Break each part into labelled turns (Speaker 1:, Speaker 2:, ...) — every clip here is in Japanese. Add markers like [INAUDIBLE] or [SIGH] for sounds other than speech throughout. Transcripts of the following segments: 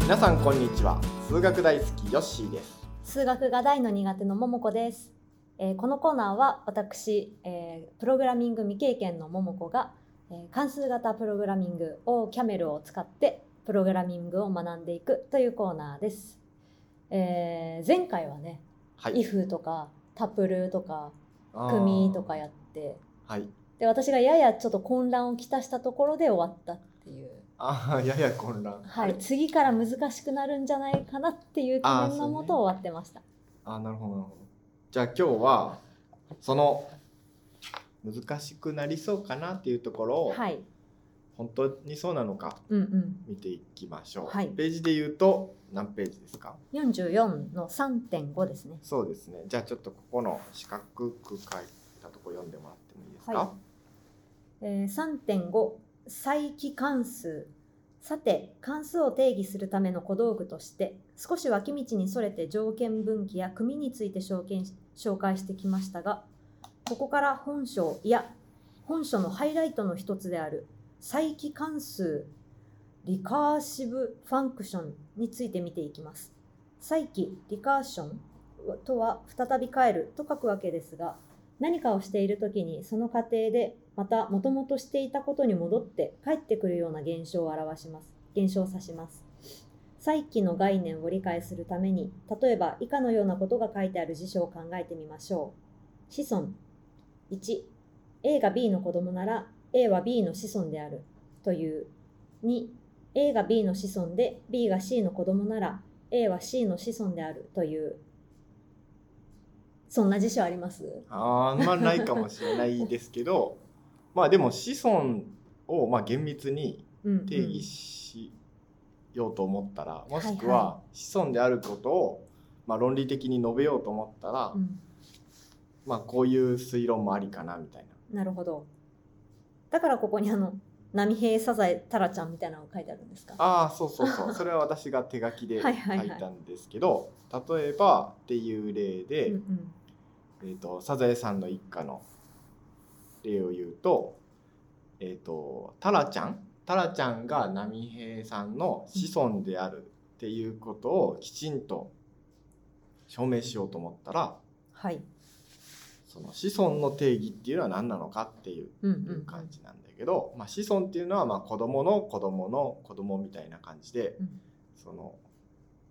Speaker 1: 皆さんこんにちは数学大好きヨッシーです
Speaker 2: 数学が大の苦手の桃子です、えーこのコーナーは私、えープログラミング未経験の桃子が、えー関数型プログラミングをキャメルを使ってプログラミングを学んでいくというコーナーです、えー前回はね
Speaker 1: は
Speaker 2: if とかタプルとか
Speaker 1: あー
Speaker 2: 組とかやって
Speaker 1: はい
Speaker 2: で私がややちょっと混乱をきたしたところで終わったっていう、
Speaker 1: ああやや混乱
Speaker 2: はい、次から難しくなるんじゃないかなっていう懸
Speaker 1: あー
Speaker 2: 念のもと
Speaker 1: そうね
Speaker 2: 終わってました、
Speaker 1: あーなるほどなるほどじゃあ今日はその難しくなりそうかなっていうところを、
Speaker 2: はい
Speaker 1: 本当にそうなのか
Speaker 2: うんうん
Speaker 1: 見ていきましょう、
Speaker 2: はい
Speaker 1: ページで言うと何ページですか
Speaker 2: 44の3.5ですね。
Speaker 1: そうですねじゃあちょっとここの四角く書いたとこ読んでもらってもいいですか、
Speaker 2: はい、えー3.5再帰関数さて関数を定義するための小道具として少し脇道にそれて条件分岐や組について紹介し紹介してきましたがここから本書いや本書のハイライトの一つである再帰関数リカーシブファンクションについて見ていきます。再帰リカーションとは再び帰ると書くわけですが何かをしている時にその過程でまたもともとしていたことに戻って帰ってくるような現象を表します現象を指します再起の概念を理解するために例えば以下のようなことが書いてある辞書を考えてみましょう子孫 1A が B の子供なら A は B の子孫であるという 2A が B の子孫で B が C の子供なら A は C の子孫であるというそんな辞書あります
Speaker 1: あーまあないかもしれないですけ
Speaker 2: [LAUGHS]
Speaker 1: どまあでも子孫をまあ厳密に定
Speaker 2: 定
Speaker 1: 義しようと思ったら、もしく
Speaker 2: はい
Speaker 1: は子孫であることをまあ論理的に述べようと思ったら、
Speaker 2: うん、
Speaker 1: まあこういう推論もありかなみたいな。
Speaker 2: なるほどだからここにあの「波平サザエタラちゃん」みたいなのが書いてあるんですか
Speaker 1: ああそうそうそうそれは私が手書きで書
Speaker 2: [LAUGHS] はい
Speaker 1: い
Speaker 2: はいはい
Speaker 1: たんですけど例えばっていう例で、
Speaker 2: うんうん
Speaker 1: えー、とサザエさんの一家の例を言うと,、えー、とタラちゃんタラちゃんが波平さんの子孫であるっていうことをきちんと証明しようと思ったら
Speaker 2: はい、
Speaker 1: その子孫の定義っていうのは何なのかっていう
Speaker 2: うんうん
Speaker 1: いう感じなんだけど、まあ、子孫っていうのはまあ子供の子供の子供みたいな感じで、
Speaker 2: うん
Speaker 1: その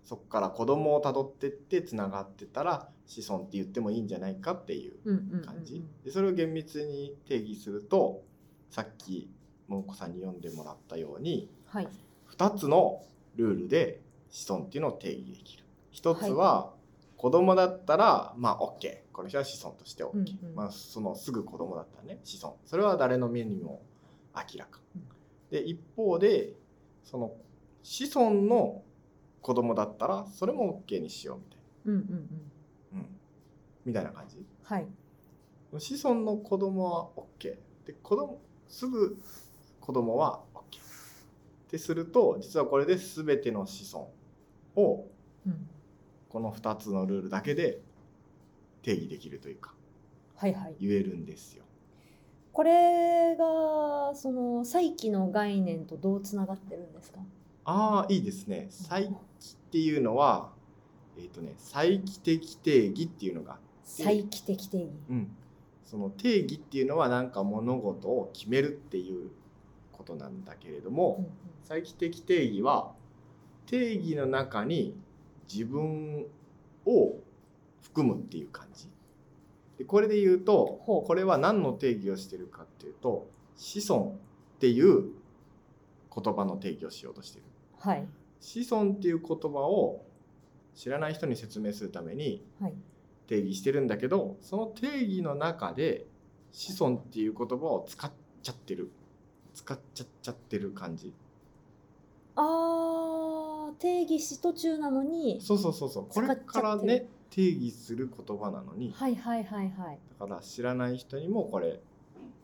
Speaker 1: そこから子供をたどってってつながってたら子孫って言ってもいいんじゃないかっていう
Speaker 2: うんうんうんうん
Speaker 1: 感じでそれを厳密に定義するとさっき桃子さんに読んでもらったように
Speaker 2: はい
Speaker 1: 2つのルールで子孫っていうのを定義できる1つは子供だったらまあ OK この人は子孫として OK、
Speaker 2: うんうん
Speaker 1: まあ、そのすぐ子供だったらね子孫それは誰の目にも明らか
Speaker 2: うん
Speaker 1: で一方でその子孫の子供だったらそれも OK にしようみたい
Speaker 2: うんうんうん
Speaker 1: な、うん、みたいな感じ
Speaker 2: はい
Speaker 1: 子孫の子供は OK で子供すぐ子供は OK ってすると実はこれで全ての子孫を
Speaker 2: うん
Speaker 1: この2つのルールだけで定義できるというか
Speaker 2: はいはい
Speaker 1: 言えるんですよ。
Speaker 2: これがその再起の概念とどうつながってるんですか
Speaker 1: ああいいですね。再起っていうのはえっ、とね再帰的定義っていうのがあって
Speaker 2: 再起的定義
Speaker 1: うん、その定義っていうのはなんか物事を決めるっていうことなんだけれども、
Speaker 2: うんうん
Speaker 1: 再帰的定義は定義の中に自分を含むっていう感じでこれで言うと
Speaker 2: ほう
Speaker 1: これは何の定義をしてるかっていうと子孫っていう言葉の定義をしようとしてる
Speaker 2: はい
Speaker 1: 子孫っていう言葉を知らない人に説明するために
Speaker 2: はい
Speaker 1: 定義してるんだけどその定義の中で子孫っていう言葉を使っちゃってる使っちゃっちゃってる感じ
Speaker 2: あー定義し途中なのに
Speaker 1: そうそうそうそうこれから
Speaker 2: 使っちゃって
Speaker 1: ね定義する言葉なのに
Speaker 2: はいはいはいはい
Speaker 1: だから知らない人にもこれ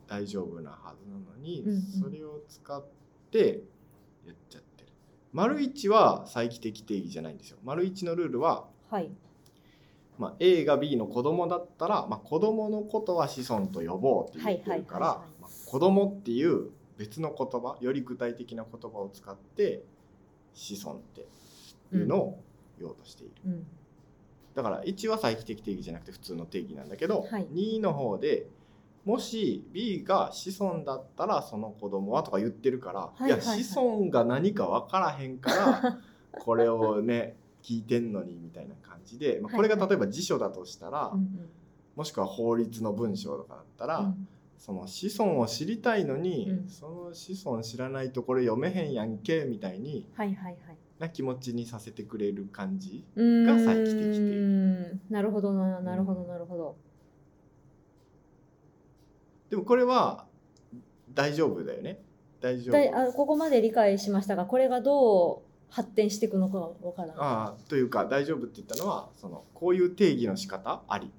Speaker 1: 大丈夫なはずなのに、
Speaker 2: うんうん
Speaker 1: それを使ってやっちゃってる丸一は再帰的定義じゃないんですよ丸一のルールは、
Speaker 2: はい
Speaker 1: まあ、A が B の子供だったら、まあ、子供のことは子孫と呼ぼうって言ってるから、
Speaker 2: はいはいはいはい
Speaker 1: まあ子供っていう別の言葉より具体的な言葉を使って子孫ってっていうのを言おうとしている、
Speaker 2: うん
Speaker 1: だから1は再帰的定義じゃなくて普通の定義なんだけど、
Speaker 2: はい
Speaker 1: 2の方でもし B が子孫だったらその子供はとか言ってるから、
Speaker 2: いはいはい
Speaker 1: 子孫が何か分からへんから
Speaker 2: [LAUGHS]
Speaker 1: これをね聞いてんのにみたいな感じで、まあ、これが例えば辞書だとしたら、
Speaker 2: うんうん
Speaker 1: もしくは法律の文章とかだったら、
Speaker 2: うん
Speaker 1: その子孫を知りたいのに、
Speaker 2: うん
Speaker 1: その子孫知らないとこれ読めへんやんけみたいに
Speaker 2: はいはいはい
Speaker 1: な気持ちにさせてくれる感じ
Speaker 2: うーん
Speaker 1: が再帰的定
Speaker 2: なるほどななるほどなるほど、
Speaker 1: でもこれは大丈夫だよね大丈夫
Speaker 2: だいあここまで理解しましたがこれがどう発展していくのかわからない
Speaker 1: ああというか大丈夫って言ったのはそのこういう定義の仕方あり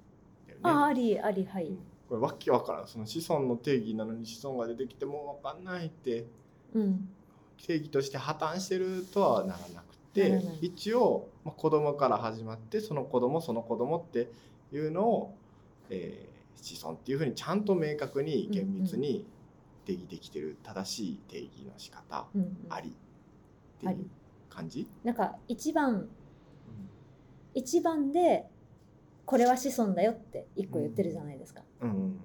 Speaker 1: だよね
Speaker 2: あありありは
Speaker 1: う
Speaker 2: い
Speaker 1: ん、これわけわからんその子孫の定義なのに子孫が出てきてもわかんないって
Speaker 2: うん、
Speaker 1: 定義として破綻してるとはならなくて
Speaker 2: ならない
Speaker 1: 一応、まあ、子供から始まってその子供その子供っていうのを、えー子孫っていうふうにちゃんと明確に厳密に定義できてる正しい定義の仕方
Speaker 2: うんうん
Speaker 1: ありっていう感じ、
Speaker 2: なんか一番一番でこれは子孫だよって一個言ってるじゃないですか、
Speaker 1: うんうん、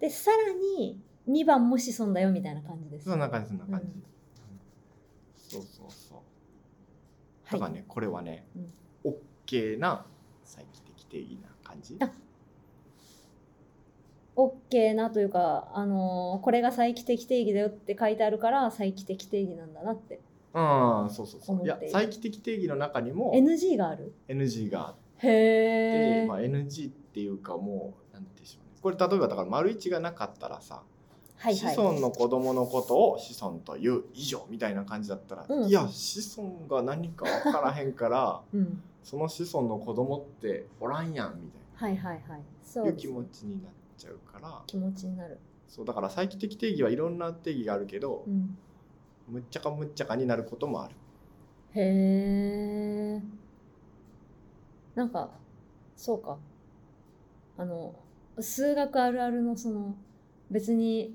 Speaker 2: でさらに2番も子孫だよみたいな感じです
Speaker 1: そんな感じそんな感じ、
Speaker 2: うん
Speaker 1: そうそうそう
Speaker 2: は
Speaker 1: だ
Speaker 2: い
Speaker 1: からねこれはね、
Speaker 2: うん
Speaker 1: オッ OK な再帰的定義な感じ
Speaker 2: あ OK なというか、あのーこれが再帰的定義だよって書いてあるから再帰的定義なんだなって
Speaker 1: うんそうそうそ
Speaker 2: 思っ
Speaker 1: うい
Speaker 2: て
Speaker 1: や
Speaker 2: いる
Speaker 1: 再帰的定義の中にも
Speaker 2: NG がある
Speaker 1: NG があって
Speaker 2: へえ、
Speaker 1: まあ、NG っていうかもうなんでしょうねこれ例えばだから丸一がなかったらさ、
Speaker 2: はい
Speaker 1: 子
Speaker 2: はい
Speaker 1: 孫の子供のことを子孫という以上みたいな感じだったら、
Speaker 2: うん
Speaker 1: いや子孫が何か分からへんから
Speaker 2: うん、
Speaker 1: その子孫の子供っておらんやんみたい
Speaker 2: はいはいはいそ
Speaker 1: ないうう
Speaker 2: です
Speaker 1: 気持ちになっちゃうから
Speaker 2: 気持ちになる、
Speaker 1: そうだから再帰的定義はいろんな定義があるけど
Speaker 2: う、ん、
Speaker 1: むっちゃかむっちゃかになることもある。
Speaker 2: へえなんかそうかあの数学あるあるのその別に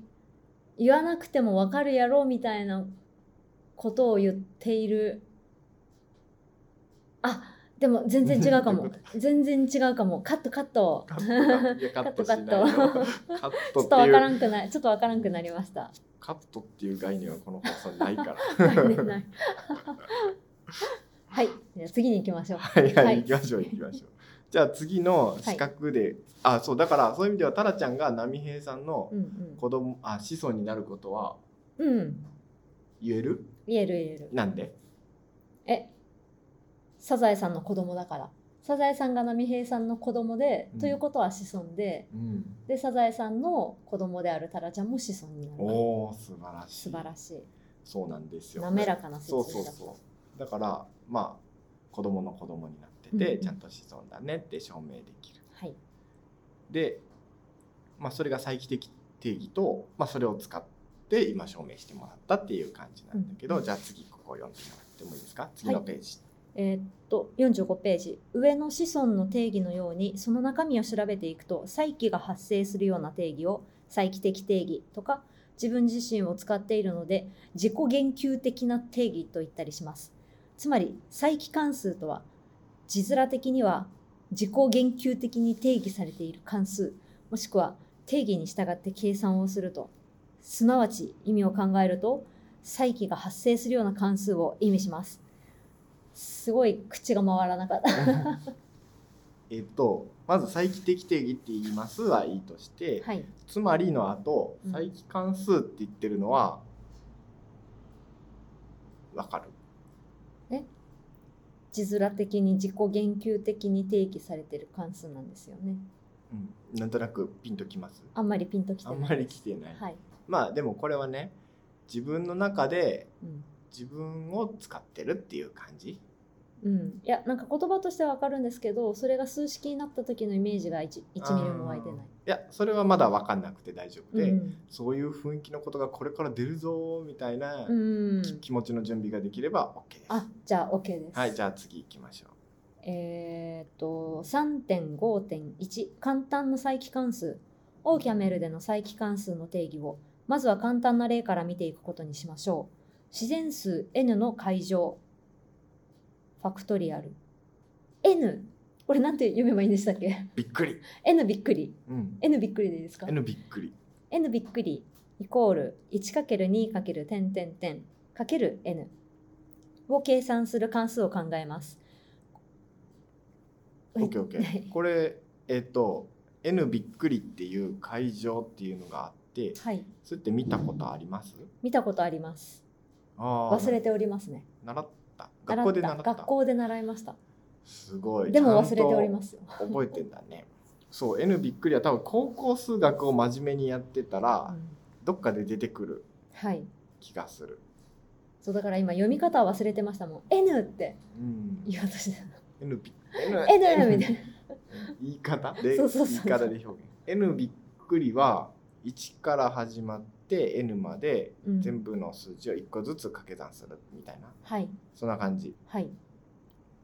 Speaker 2: 言わなくてもわかるやろみたいなことを言っているあでも全然違う
Speaker 1: ど
Speaker 2: か
Speaker 1: う [LAUGHS] い
Speaker 2: も
Speaker 1: うこ
Speaker 2: 全然違うかもカットカット
Speaker 1: カットがいやカットしないよ。
Speaker 2: カット
Speaker 1: カッ
Speaker 2: ち
Speaker 1: ト
Speaker 2: ょっ
Speaker 1: っ
Speaker 2: と
Speaker 1: て
Speaker 2: わ
Speaker 1: い
Speaker 2: から
Speaker 1: うん
Speaker 2: くないちょっとわからんくなりました
Speaker 1: カットっていう概念はこの放送にない
Speaker 2: [LAUGHS]
Speaker 1: から。
Speaker 2: 概
Speaker 1: [LAUGHS]
Speaker 2: 念ないはいじゃあ次に行きましょう
Speaker 1: はいはい、
Speaker 2: はい
Speaker 1: 行きましょう行きましょう。じゃあ次の資格で、あそうだからそういう意味ではタラちゃんが波平さんの
Speaker 2: うん
Speaker 1: 子供あ子孫になることは
Speaker 2: うんうん
Speaker 1: 言える？
Speaker 2: 言える言える
Speaker 1: なんで？
Speaker 2: えサザエさんの子供だからサザエさんが波平さんの子供で、
Speaker 1: うん
Speaker 2: ということは子孫で
Speaker 1: うん。
Speaker 2: でサザエさんの子供であるタラちゃんも子孫になるから
Speaker 1: おお素晴らしい。
Speaker 2: 素晴らしい
Speaker 1: そうなんですよ。
Speaker 2: 滑らかな説
Speaker 1: そう
Speaker 2: 明
Speaker 1: そう
Speaker 2: だ
Speaker 1: そう。だからまあ子供の子供になってて、
Speaker 2: うん
Speaker 1: ちゃんと子孫だねって証明できる。
Speaker 2: はい
Speaker 1: で、まあ、それが再帰的定義と、まあ、それを使って今証明してもらったっていう感じなんだけど、
Speaker 2: うん
Speaker 1: じゃあ次ここを読んでもらってもいいですか次のページ、
Speaker 2: えーっと45ページ上の子孫の定義のようにその中身を調べていくと再起が発生するような定義を再帰的定義とか自分自身を使っているので自己言及的な定義と言ったりしますつまり再帰関数とは字面的には自己言及的に定義されている関数もしくは定義に従って計算をするとすなわち意味を考えると再起が発生するような関数を意味しますすごい口が回らなかった。
Speaker 1: えっとまず再帰的定義って言いますはいいとして、
Speaker 2: はい。
Speaker 1: つまりの後
Speaker 2: うん
Speaker 1: 再帰関数って言ってるのはわかる
Speaker 2: 字面的に自己言及的に定義されてる関数なんですよね。
Speaker 1: うん、なんとなくピンときます
Speaker 2: あんまりピンときて
Speaker 1: あ
Speaker 2: ない。
Speaker 1: んまり来てない、
Speaker 2: はい。
Speaker 1: まあでもこれはね自分の中で
Speaker 2: うん。
Speaker 1: 自分を使ってるっていう感じ
Speaker 2: うん、いやなんか言葉としてはわかるんですけどそれが数式になった時のイメージが 1, 1ミリも湧いてない
Speaker 1: あー。いやそれはまだ分かんなくて大丈夫で、
Speaker 2: うん
Speaker 1: そういう雰囲気のことがこれから出るぞーみたいな
Speaker 2: うん、
Speaker 1: き気持ちの準備ができれば OK です。
Speaker 2: あじゃあ OK です。
Speaker 1: はいじゃあ次行きましょ
Speaker 2: えーっと3.5.1簡単な再帰関数オーキャメルでの再帰関数の定義をまずは簡単な例から見ていくことにしましょう自然数 n の解乗ファクトリアル N これなんて読めばいいんでしたっけ
Speaker 1: びっくり、
Speaker 2: N びっくり
Speaker 1: うん、
Speaker 2: N びっくりでいいですか
Speaker 1: N びっくり
Speaker 2: N びっくりイコール 1×2× 点点点 ×N を計算する関数を考えます。はい
Speaker 1: OKOK これえっ、と N びっくりっていう会場っていうのがあって
Speaker 2: はい、
Speaker 1: それって見たことあります
Speaker 2: 見たことあります。
Speaker 1: あー
Speaker 2: 忘れておりますね。
Speaker 1: 習った学校で習った
Speaker 2: 学校で習いました。
Speaker 1: すごい
Speaker 2: でも忘れておりますすよ。
Speaker 1: 覚えてんだねそう N びっくりは多分高校数学を真面目にやってたら
Speaker 2: うん
Speaker 1: どっかで出てくる
Speaker 2: はい。
Speaker 1: 気がする、
Speaker 2: そうだから今読み方は忘れてましたもん。N って
Speaker 1: うん、
Speaker 2: 言おうとしてた。
Speaker 1: [LAUGHS] N び
Speaker 2: N みたいな。
Speaker 1: 言い方で
Speaker 2: そうそうそう
Speaker 1: 言い方で表現 N びっくりは1から始まって N まで
Speaker 2: うん
Speaker 1: 全部の数字を1個ずつ掛け算するみたいな
Speaker 2: はい
Speaker 1: そんな感じ
Speaker 2: はい。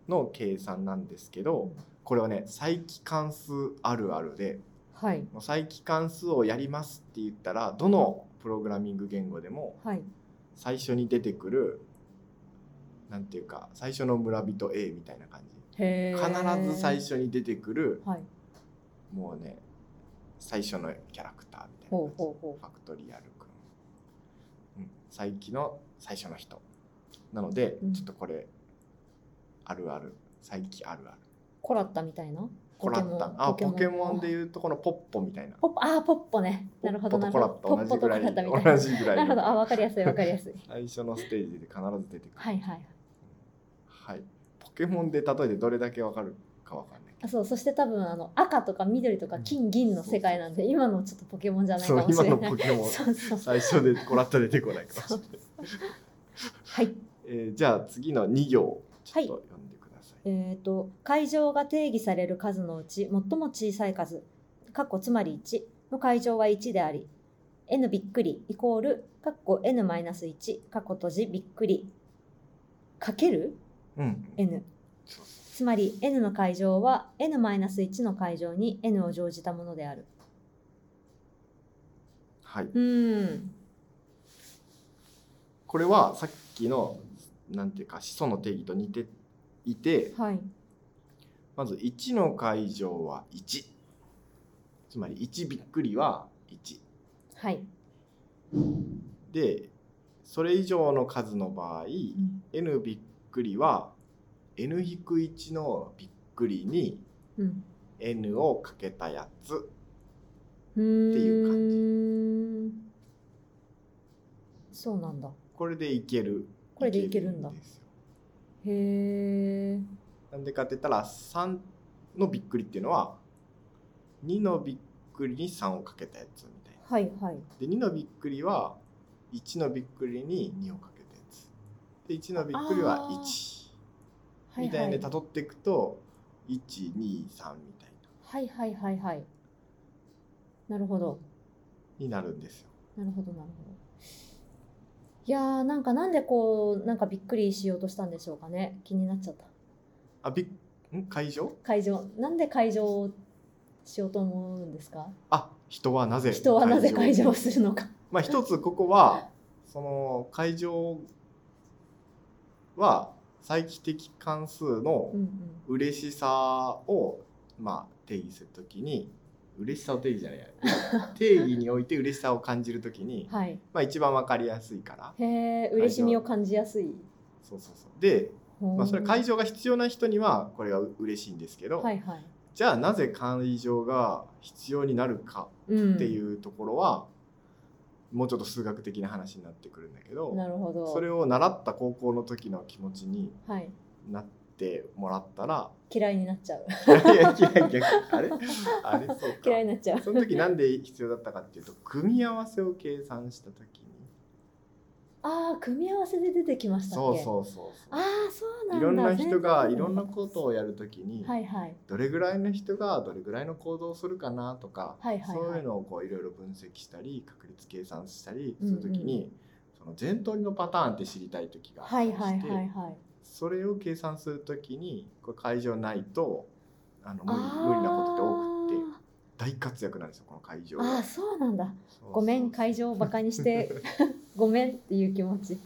Speaker 1: の計算なんですけどこれはね再帰関数あるあるで
Speaker 2: はい
Speaker 1: もう再帰関数をやりますって言ったらどのプログラミング言語でも
Speaker 2: はい。
Speaker 1: 最初に出てくるなんていうか最初の村人 A みたいな感じ
Speaker 2: へー
Speaker 1: 必ず最。初に出てくる
Speaker 2: はい。
Speaker 1: もうね最初のキャラクターみたいな感
Speaker 2: ほう
Speaker 1: じ
Speaker 2: ほうほ
Speaker 1: ファクトリアル君、うん、最期の最初の人なので、
Speaker 2: うん
Speaker 1: ちょっとこれあるある最期あるある
Speaker 2: う。コラッタみたいな。
Speaker 1: コラッタあポケモンで
Speaker 2: う。
Speaker 1: いうとこのポッポみたいな
Speaker 2: ポッポあーポッポね。なるほど
Speaker 1: ポ
Speaker 2: な
Speaker 1: ッ
Speaker 2: る
Speaker 1: ポ
Speaker 2: ほど。
Speaker 1: とコラッタ同じぐらい
Speaker 2: ポッポとコラッタみたい
Speaker 1: 同じぐら
Speaker 2: な。
Speaker 1: い
Speaker 2: なるほど。あ
Speaker 1: の
Speaker 2: わかりやすいわかりやすい。
Speaker 1: 最初のステージで必ず出てくる
Speaker 2: はいはい。
Speaker 1: はい、ポケモンで例えてどれだけわかるかわかんない
Speaker 2: あそうそして多分あの赤とか緑とか金銀の世界なんで今のちょっとポケモンじゃないか
Speaker 1: そう [LAUGHS]
Speaker 2: もし
Speaker 1: 今
Speaker 2: れ
Speaker 1: の
Speaker 2: ない
Speaker 1: ポ。ケモン
Speaker 2: [LAUGHS] そうそう
Speaker 1: 最初でコラッタ出てこないかもしれない、
Speaker 2: はい。
Speaker 1: えーじゃあ次の2行ちょっと読んでください、
Speaker 2: えー、と会場が定義される数のうち最も小さい数括弧つまり1の会場は1であり n びっくりイコール括弧 n-1 括弧閉じびっくりかける
Speaker 1: うん、
Speaker 2: n
Speaker 1: そうそ
Speaker 2: つまり n の会場は n-1 の会場に n を乗じたものである
Speaker 1: うはい、
Speaker 2: うん
Speaker 1: これはさっきのなんていうか始祖の定義と似ていて
Speaker 2: はい
Speaker 1: まず1の会場は1つまり1びっくりは1
Speaker 2: はい、
Speaker 1: でそれ以上の数の場合 n びっくりは n-1 のびっくりに
Speaker 2: うん、
Speaker 1: n をかけたやつ
Speaker 2: って
Speaker 1: いう感じ
Speaker 2: そうなんだ
Speaker 1: これでいける
Speaker 2: これでいけるんだ
Speaker 1: ですよ
Speaker 2: へえ
Speaker 1: なんでかって言ったら3のびっくりっていうのは2のびっくりに3をかけたやつみたいな。
Speaker 2: はいはい
Speaker 1: で2のびっくりは1のびっくりに2をかけたやつ。で1のびっくりは
Speaker 2: あー
Speaker 1: 1
Speaker 2: はい
Speaker 1: みたいで
Speaker 2: はい
Speaker 1: 辿っていくと123みたいな
Speaker 2: はいはいはいはいなるほど
Speaker 1: になるんですよ。
Speaker 2: なるほどなるほどいやーなんかなんでこうなんかびっくりしようとしたんでしょうかね気になっちゃった
Speaker 1: あびっん会場
Speaker 2: 会場なんで会場をしようと思うんですか
Speaker 1: あ人はなぜ
Speaker 2: 人はなぜ会場をするのか
Speaker 1: まあ一つここはその会場は再帰的関数の
Speaker 2: うん
Speaker 1: 嬉しさをまあ定義するときに嬉しさを定義じゃない [LAUGHS] や定義において嬉しさを感じるときに
Speaker 2: うん、はい
Speaker 1: まあ、一番わかりやすいから
Speaker 2: へえ嬉しみを感じやすい
Speaker 1: そうそうそうで、
Speaker 2: ま
Speaker 1: まあ、それ会場が必要な人にはこれがう嬉しいんですけど、
Speaker 2: はいはい
Speaker 1: じゃあなぜ会場が必要になるか
Speaker 2: っ
Speaker 1: っていうところは、もうちょっと数学的な話になってくるんだけど
Speaker 2: なるほど
Speaker 1: それを習った高校の時の気持ちに
Speaker 2: はい、
Speaker 1: なってもらった
Speaker 2: [LAUGHS]
Speaker 1: ら
Speaker 2: 嫌いになっちゃう
Speaker 1: いやいやいやいやあれあれそうか
Speaker 2: 嫌いになっちゃう
Speaker 1: その時なんで必要だったかっていうと組み合わせを計算した時に
Speaker 2: ああ組み合わせで出てきましたっ
Speaker 1: そう
Speaker 2: けう
Speaker 1: そうそう
Speaker 2: ああそうなんだ
Speaker 1: いろんな人が
Speaker 2: 全
Speaker 1: い
Speaker 2: 然
Speaker 1: ろんなことをやる時に、
Speaker 2: はいはい
Speaker 1: どれぐらいの人がどれぐらいの行動をするかなとか、
Speaker 2: はいはいはい
Speaker 1: そういうのをこういろいろ分析したり確率計算したり
Speaker 2: うん
Speaker 1: す
Speaker 2: うん
Speaker 1: る時に、その前頭のパターンって知りたい時があった
Speaker 2: は
Speaker 1: り
Speaker 2: い
Speaker 1: して、
Speaker 2: はいはいはい
Speaker 1: それを計算する時にこれ会場ないとあの無理
Speaker 2: あー
Speaker 1: 無理なことって多くて。大活躍なんですよこの会場
Speaker 2: あ
Speaker 1: は
Speaker 2: あそうなんだ
Speaker 1: そうそう
Speaker 2: ごめん会場をバカにして [LAUGHS] ごめんっていう気持ち、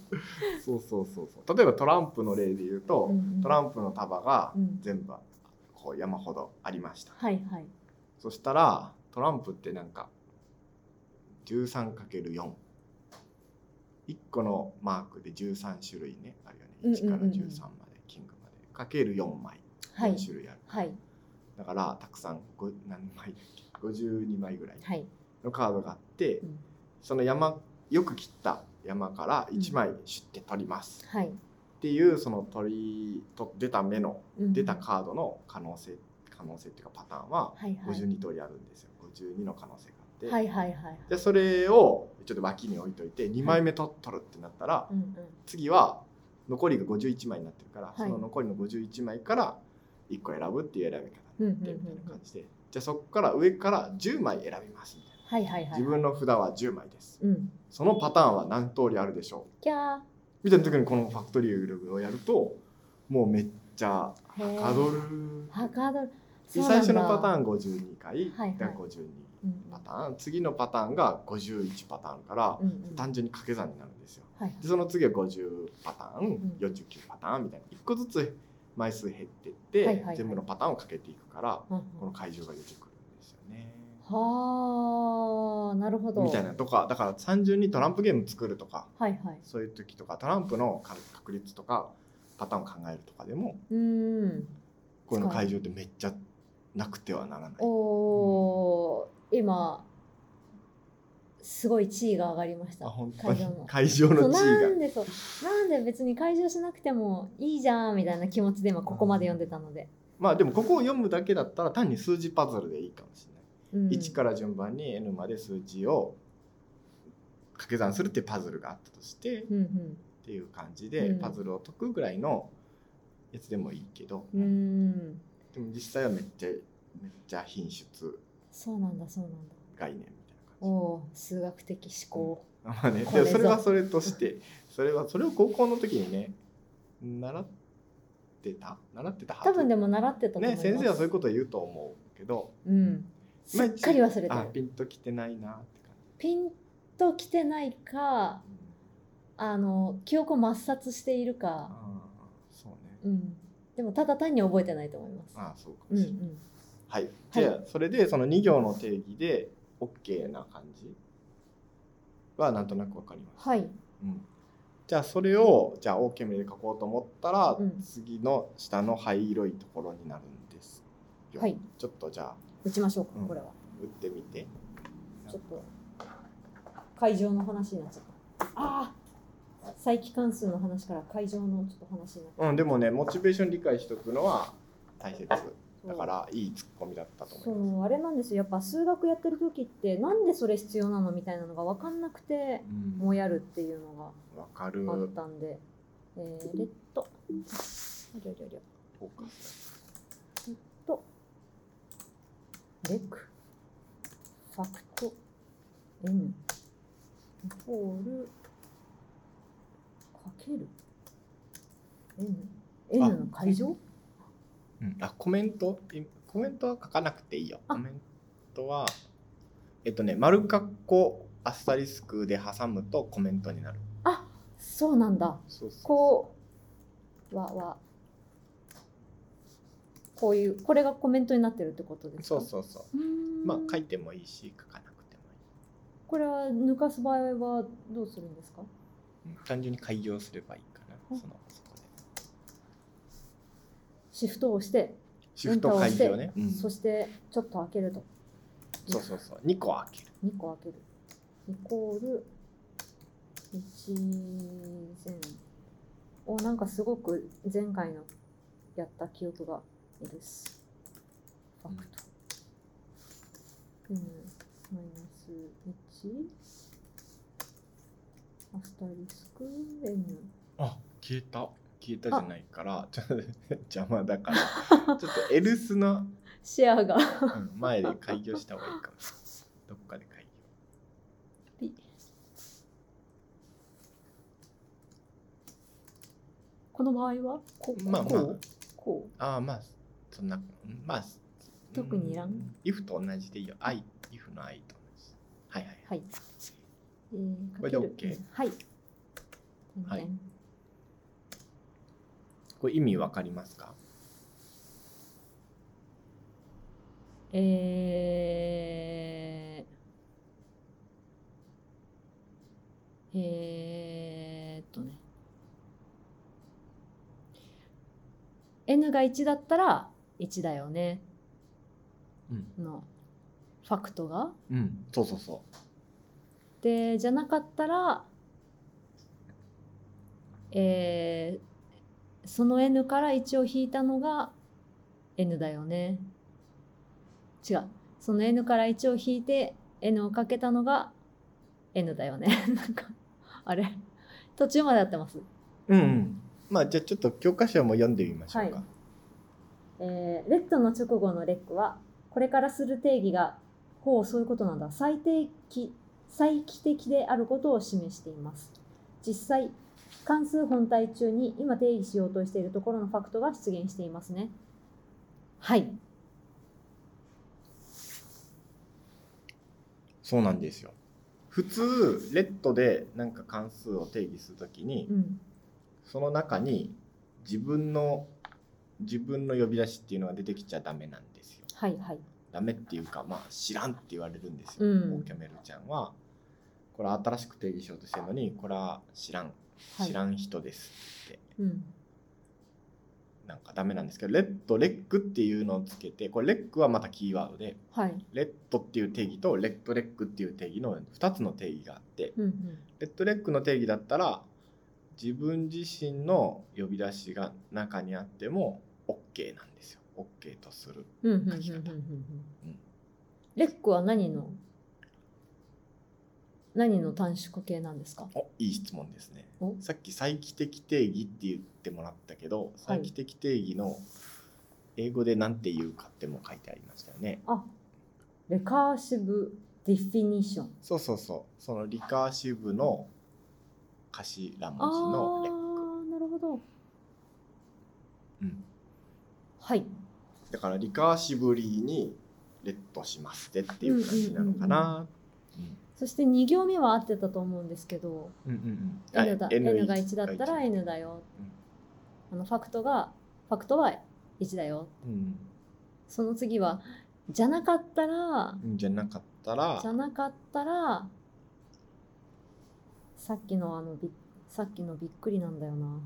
Speaker 1: そうそうそうそう例えばトランプの例で言うと、トラ
Speaker 2: ン
Speaker 1: ンプの束が
Speaker 2: うん
Speaker 1: 全部こう山ほどありました、
Speaker 2: はいはい
Speaker 1: そしたらトランプってなんか 13×41 個のマークで13種類ねあるよね
Speaker 2: うんうん
Speaker 1: 1から
Speaker 2: うんうん
Speaker 1: 13までキングまでかける4枚
Speaker 2: はい
Speaker 1: 4種類ある、
Speaker 2: はい
Speaker 1: だからたくさんご何枚 [LAUGHS] だっけ52枚ぐらい
Speaker 2: はい、
Speaker 1: のカードがあって、
Speaker 2: うん
Speaker 1: その山よく切った山から1枚シュッて取ります、
Speaker 2: はい
Speaker 1: っていうその取りと出た目の
Speaker 2: うん
Speaker 1: 出たカードの可能性可能性っていうかパターンは
Speaker 2: はいはい
Speaker 1: 52通りあるんですよ52の可能性があって、
Speaker 2: はいはいはい
Speaker 1: でそれをちょっと脇に置いといて2枚目と取るってなったら、
Speaker 2: うんうん
Speaker 1: 次は残りが51枚になってるから、そ
Speaker 2: い
Speaker 1: の残りの51枚から1個選ぶっていう選び方になって
Speaker 2: う
Speaker 1: み
Speaker 2: んうんうんうん
Speaker 1: たいな感じで、じゃあそこから上から10枚選びますみたいな、
Speaker 2: はいはいはい
Speaker 1: 自分の札は10枚です
Speaker 2: うん
Speaker 1: そのパターンは何通りあるでしょ
Speaker 2: キャ
Speaker 1: うみたいな時にこのファクトリールをやるともうめっちゃ
Speaker 2: ーへー
Speaker 1: カドル
Speaker 2: はかどる
Speaker 1: で最初のパターン52回
Speaker 2: はいはい
Speaker 1: が52パターン、次のパターンが51パターンから
Speaker 2: ーン、うんうん、はい
Speaker 1: 単純に掛け算になるんですよ
Speaker 2: はい
Speaker 1: でその次は50パターン
Speaker 2: ん
Speaker 1: 49パターンみたいな1個ずつ枚数減ってって、
Speaker 2: はいはいはい
Speaker 1: 全部のパターンをかけていくから
Speaker 2: うん
Speaker 1: この会場が出てくるんですよね。
Speaker 2: うんはあなるほど
Speaker 1: みたいなとかだから単純にトランプゲーム作るとか
Speaker 2: はいはい
Speaker 1: そういう時とかトランプの確率とかパターンを考えるとかでも
Speaker 2: うーん
Speaker 1: こういうの会場ってめっちゃなくてはならない。
Speaker 2: おー、今すごい地位が上がりました
Speaker 1: あ本当
Speaker 2: 会
Speaker 1: に [LAUGHS]
Speaker 2: 場の
Speaker 1: 会場
Speaker 2: そ
Speaker 1: の
Speaker 2: う
Speaker 1: 地
Speaker 2: な
Speaker 1: 位
Speaker 2: ん
Speaker 1: が
Speaker 2: でそうなんで別に会場しなくてもいいじゃんみたいな気持ちで今ここまで読んでたので、
Speaker 1: まあでもここを読むだけだったら単に数字パズルでいいかもしれない。
Speaker 2: うん、
Speaker 1: 1から順番に N まで数字を掛け算するっていうパズルがあったとしてっ
Speaker 2: うん
Speaker 1: ていう感じで
Speaker 2: うん
Speaker 1: パズルを解くぐらいのやつでもいいけど、
Speaker 2: うんうーん
Speaker 1: でも実際はめっちゃめっちゃ品質
Speaker 2: そうなんだそうなんだ
Speaker 1: 概念みた
Speaker 2: お
Speaker 1: いな感じ。
Speaker 2: おー数学的思考、
Speaker 1: まあね、
Speaker 2: これ
Speaker 1: で
Speaker 2: ぞ
Speaker 1: それはそれとしてそれはそれを高校の時にね習ってた習ってたはず
Speaker 2: 多分でも習ってたと思い
Speaker 1: ね
Speaker 2: ます、
Speaker 1: 先生はそういうことを言うと思うけど
Speaker 2: うんすっかり忘れて
Speaker 1: あ
Speaker 2: る
Speaker 1: ピンときてないなって感
Speaker 2: ピンときてないか
Speaker 1: じ、
Speaker 2: あの記憶を抹殺している
Speaker 1: あ
Speaker 2: か、
Speaker 1: あそうね
Speaker 2: うん、でもただ単に覚えてないと思います
Speaker 1: ああそうか
Speaker 2: う
Speaker 1: も
Speaker 2: んう
Speaker 1: しれない、
Speaker 2: ん
Speaker 1: はいじゃあそれでその2行の定義で OK な感じはなんとなくわかります、
Speaker 2: はい
Speaker 1: うん、じゃあそれをじゃあ OK 目で書こうと思ったら、
Speaker 2: うん
Speaker 1: 次の下の灰色いところになるんですよ
Speaker 2: はい
Speaker 1: ちょっとじゃあ
Speaker 2: 打ちましょうか、
Speaker 1: うん
Speaker 2: これは
Speaker 1: 打ってみて
Speaker 2: ちょっと会場の話になっちゃったああ再帰関数の話から会場のちょっと話になっ
Speaker 1: うんでもねモチベーション理解しておくのは大切だ
Speaker 2: た
Speaker 1: からいいツッコミだったと
Speaker 2: そ
Speaker 1: 思います
Speaker 2: うあれなんですよやっぱ数学やってる時ってなんでそれ必要なのみたいなのが分かんなくて
Speaker 1: うん
Speaker 2: もうやるっていうのが
Speaker 1: わかる
Speaker 2: あったんで、えー、レッドありゃりゃりゃ
Speaker 1: フォーカス
Speaker 2: レクファクト N イコールかける N N の会場
Speaker 1: うん、あコメントいコメントは書かなくていいよ
Speaker 2: あ
Speaker 1: コメントはえっとね丸括弧アスタリスクで挟むとコメントになる
Speaker 2: そうなんだ
Speaker 1: そうそう
Speaker 2: こうははこういうこれがコメントになってるってことです
Speaker 1: そ
Speaker 2: か
Speaker 1: うそうそう
Speaker 2: うーん
Speaker 1: まあ書いてもいいし書かなくても
Speaker 2: これは抜かす場合はどうするんですか
Speaker 1: いい、うん単純に開業すればいいかな
Speaker 2: うん
Speaker 1: そのそこで
Speaker 2: シフトを押して
Speaker 1: シフト開業ね、うん、
Speaker 2: そ
Speaker 1: そう
Speaker 2: してちょっと開けると
Speaker 1: そうそう2個開ける
Speaker 2: 2個開ける。イコール1前おなんかすごく前回のやった記憶がいいです。ファクト。N マイナス1アスタリスク N
Speaker 1: あ消えた消えたじゃないからちょっと [LAUGHS] 邪魔だ
Speaker 2: [LAUGHS]
Speaker 1: からちょっとエルスの
Speaker 2: シェアが
Speaker 1: うん前で開業した方がいいかもしれないどっかで開業
Speaker 2: ピこの場合はこう、
Speaker 1: まあまあ
Speaker 2: こうこ
Speaker 1: ああまあそんなまあ
Speaker 2: 特にいらん
Speaker 1: う。if と同じでいいよ。I、if の I と同じ。はいはい。
Speaker 2: はい。えー、
Speaker 1: これで
Speaker 2: かける
Speaker 1: OK
Speaker 2: はい。
Speaker 1: はい
Speaker 2: 点々
Speaker 1: これ意味わかりますか
Speaker 2: えー、えーっとね N が1だったら1だよね
Speaker 1: うん。
Speaker 2: のファクトが
Speaker 1: うん。そうそうそ
Speaker 2: でじゃなかったらえーその N から1を引いたのが N だよね違うその N から1を引いて N をかけたのが N だよね [LAUGHS] なんかあれ途中までやってます
Speaker 1: う。うん、うん。まあじゃあちょっと教科書も読んでみましょうか。
Speaker 2: はいえーレッドの直後のレックはこれからする定義がほうそういうことなんだ最定期再帰的であることを示しています実際関数本体中に今定義しようとしているところのファクトが出現していますねはい
Speaker 1: そうなんですよ。普通、レッドでなんか関数を定義するときに、
Speaker 2: うん
Speaker 1: その中に自分の自分の呼び出しっていうのが出てきちゃダメなんですよ。
Speaker 2: はいはい
Speaker 1: ダメっていうか、まあ、知らんって言われるんですよ。
Speaker 2: うん
Speaker 1: オーキャメルちゃんは、これ新しく定義しようとしてるのに、これは知らん、
Speaker 2: はい
Speaker 1: 知らん人ですって、
Speaker 2: うん
Speaker 1: なんかダメなんですけど、レッド、レックっていうのをつけて、これレックはまたキーワードで、
Speaker 2: はい
Speaker 1: レッドっていう定義とレッドレックっていう定義の2つの定義があって、
Speaker 2: うんうん
Speaker 1: レッドレックの定義だったら自分自身の呼び出しが中にあっても OK なんですよ。OK とする。
Speaker 2: うんうんうんうんう
Speaker 1: 書
Speaker 2: ん
Speaker 1: き方
Speaker 2: うんレックは何の何の短縮形なんですか
Speaker 1: おいい質問ですね
Speaker 2: お。
Speaker 1: さっき再帰的定義って言ってもらったけど再帰的定義の英語で何て言うかっても書いてありましたよね。
Speaker 2: あレカーシブディフィニッション
Speaker 1: そうそうそうそのリカーシブの頭
Speaker 2: あ
Speaker 1: 文字のレック。
Speaker 2: ーなるほど
Speaker 1: うん
Speaker 2: はい
Speaker 1: だからリカーシブリーにレッドしますってっていう感じなのかな。
Speaker 2: そして2行目は合ってたと思うんですけど
Speaker 1: うんうんうん
Speaker 2: N, だ N が1だった
Speaker 1: が
Speaker 2: ら
Speaker 1: 一
Speaker 2: N だよ、あのファクトがファクトは1だよ
Speaker 1: うん
Speaker 2: その次はじゃなかったら
Speaker 1: うんじゃなかったら
Speaker 2: じゃなかったらさっきのあのびさっきのびっくりなんだよな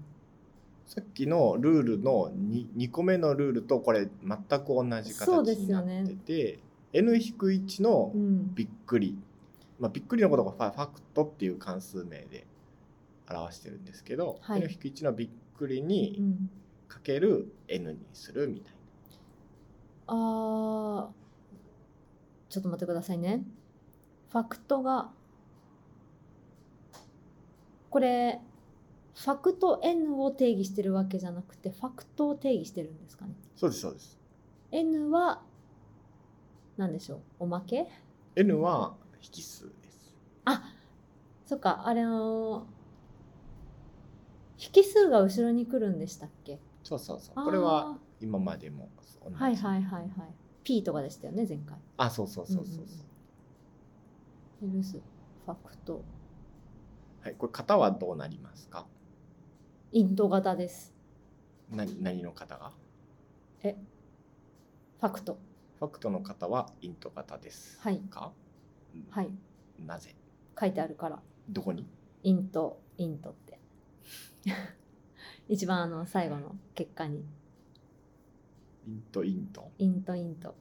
Speaker 1: さっきのルールの 2, 2個目のルールとこれ全く同じ形
Speaker 2: そうです
Speaker 1: にな
Speaker 2: よ
Speaker 1: っ
Speaker 2: ね
Speaker 1: てて、N-1 の
Speaker 2: うん
Speaker 1: びっくり、まあ、びっくりのことがファファクトっていう関数名で表してるんですけど、
Speaker 2: はい
Speaker 1: N-1 のびっくり
Speaker 2: う
Speaker 1: に
Speaker 2: ん
Speaker 1: かける N にするみたい
Speaker 2: あーちょっと待ってくださいね。ファクトがこれファクト N を定義してるわけじゃなくてファクトを定義してるんですかね。
Speaker 1: なそうですそうです
Speaker 2: N は何でしょうおまけ
Speaker 1: N は引数です
Speaker 2: あそっかあれの引数が後ろに来るんでしたっけ
Speaker 1: そうそうそうこれは今までも同
Speaker 2: あ
Speaker 1: じ
Speaker 2: ーはいはいはいはい P とかでしたよね前回。
Speaker 1: あそうそうそうそうそう、
Speaker 2: うんうんヘルスファクト
Speaker 1: はい、これ型はどうなりますか
Speaker 2: イント型です。
Speaker 1: 何何の型が
Speaker 2: ファクト。
Speaker 1: ファクトの型はイント型です
Speaker 2: はい。
Speaker 1: か、うん
Speaker 2: はい。
Speaker 1: なぜ
Speaker 2: 書いてあるから。
Speaker 1: どこに
Speaker 2: イント、イントって。 [LAUGHS] 一番あの最後の結果に。
Speaker 1: イントイント
Speaker 2: イント、イント。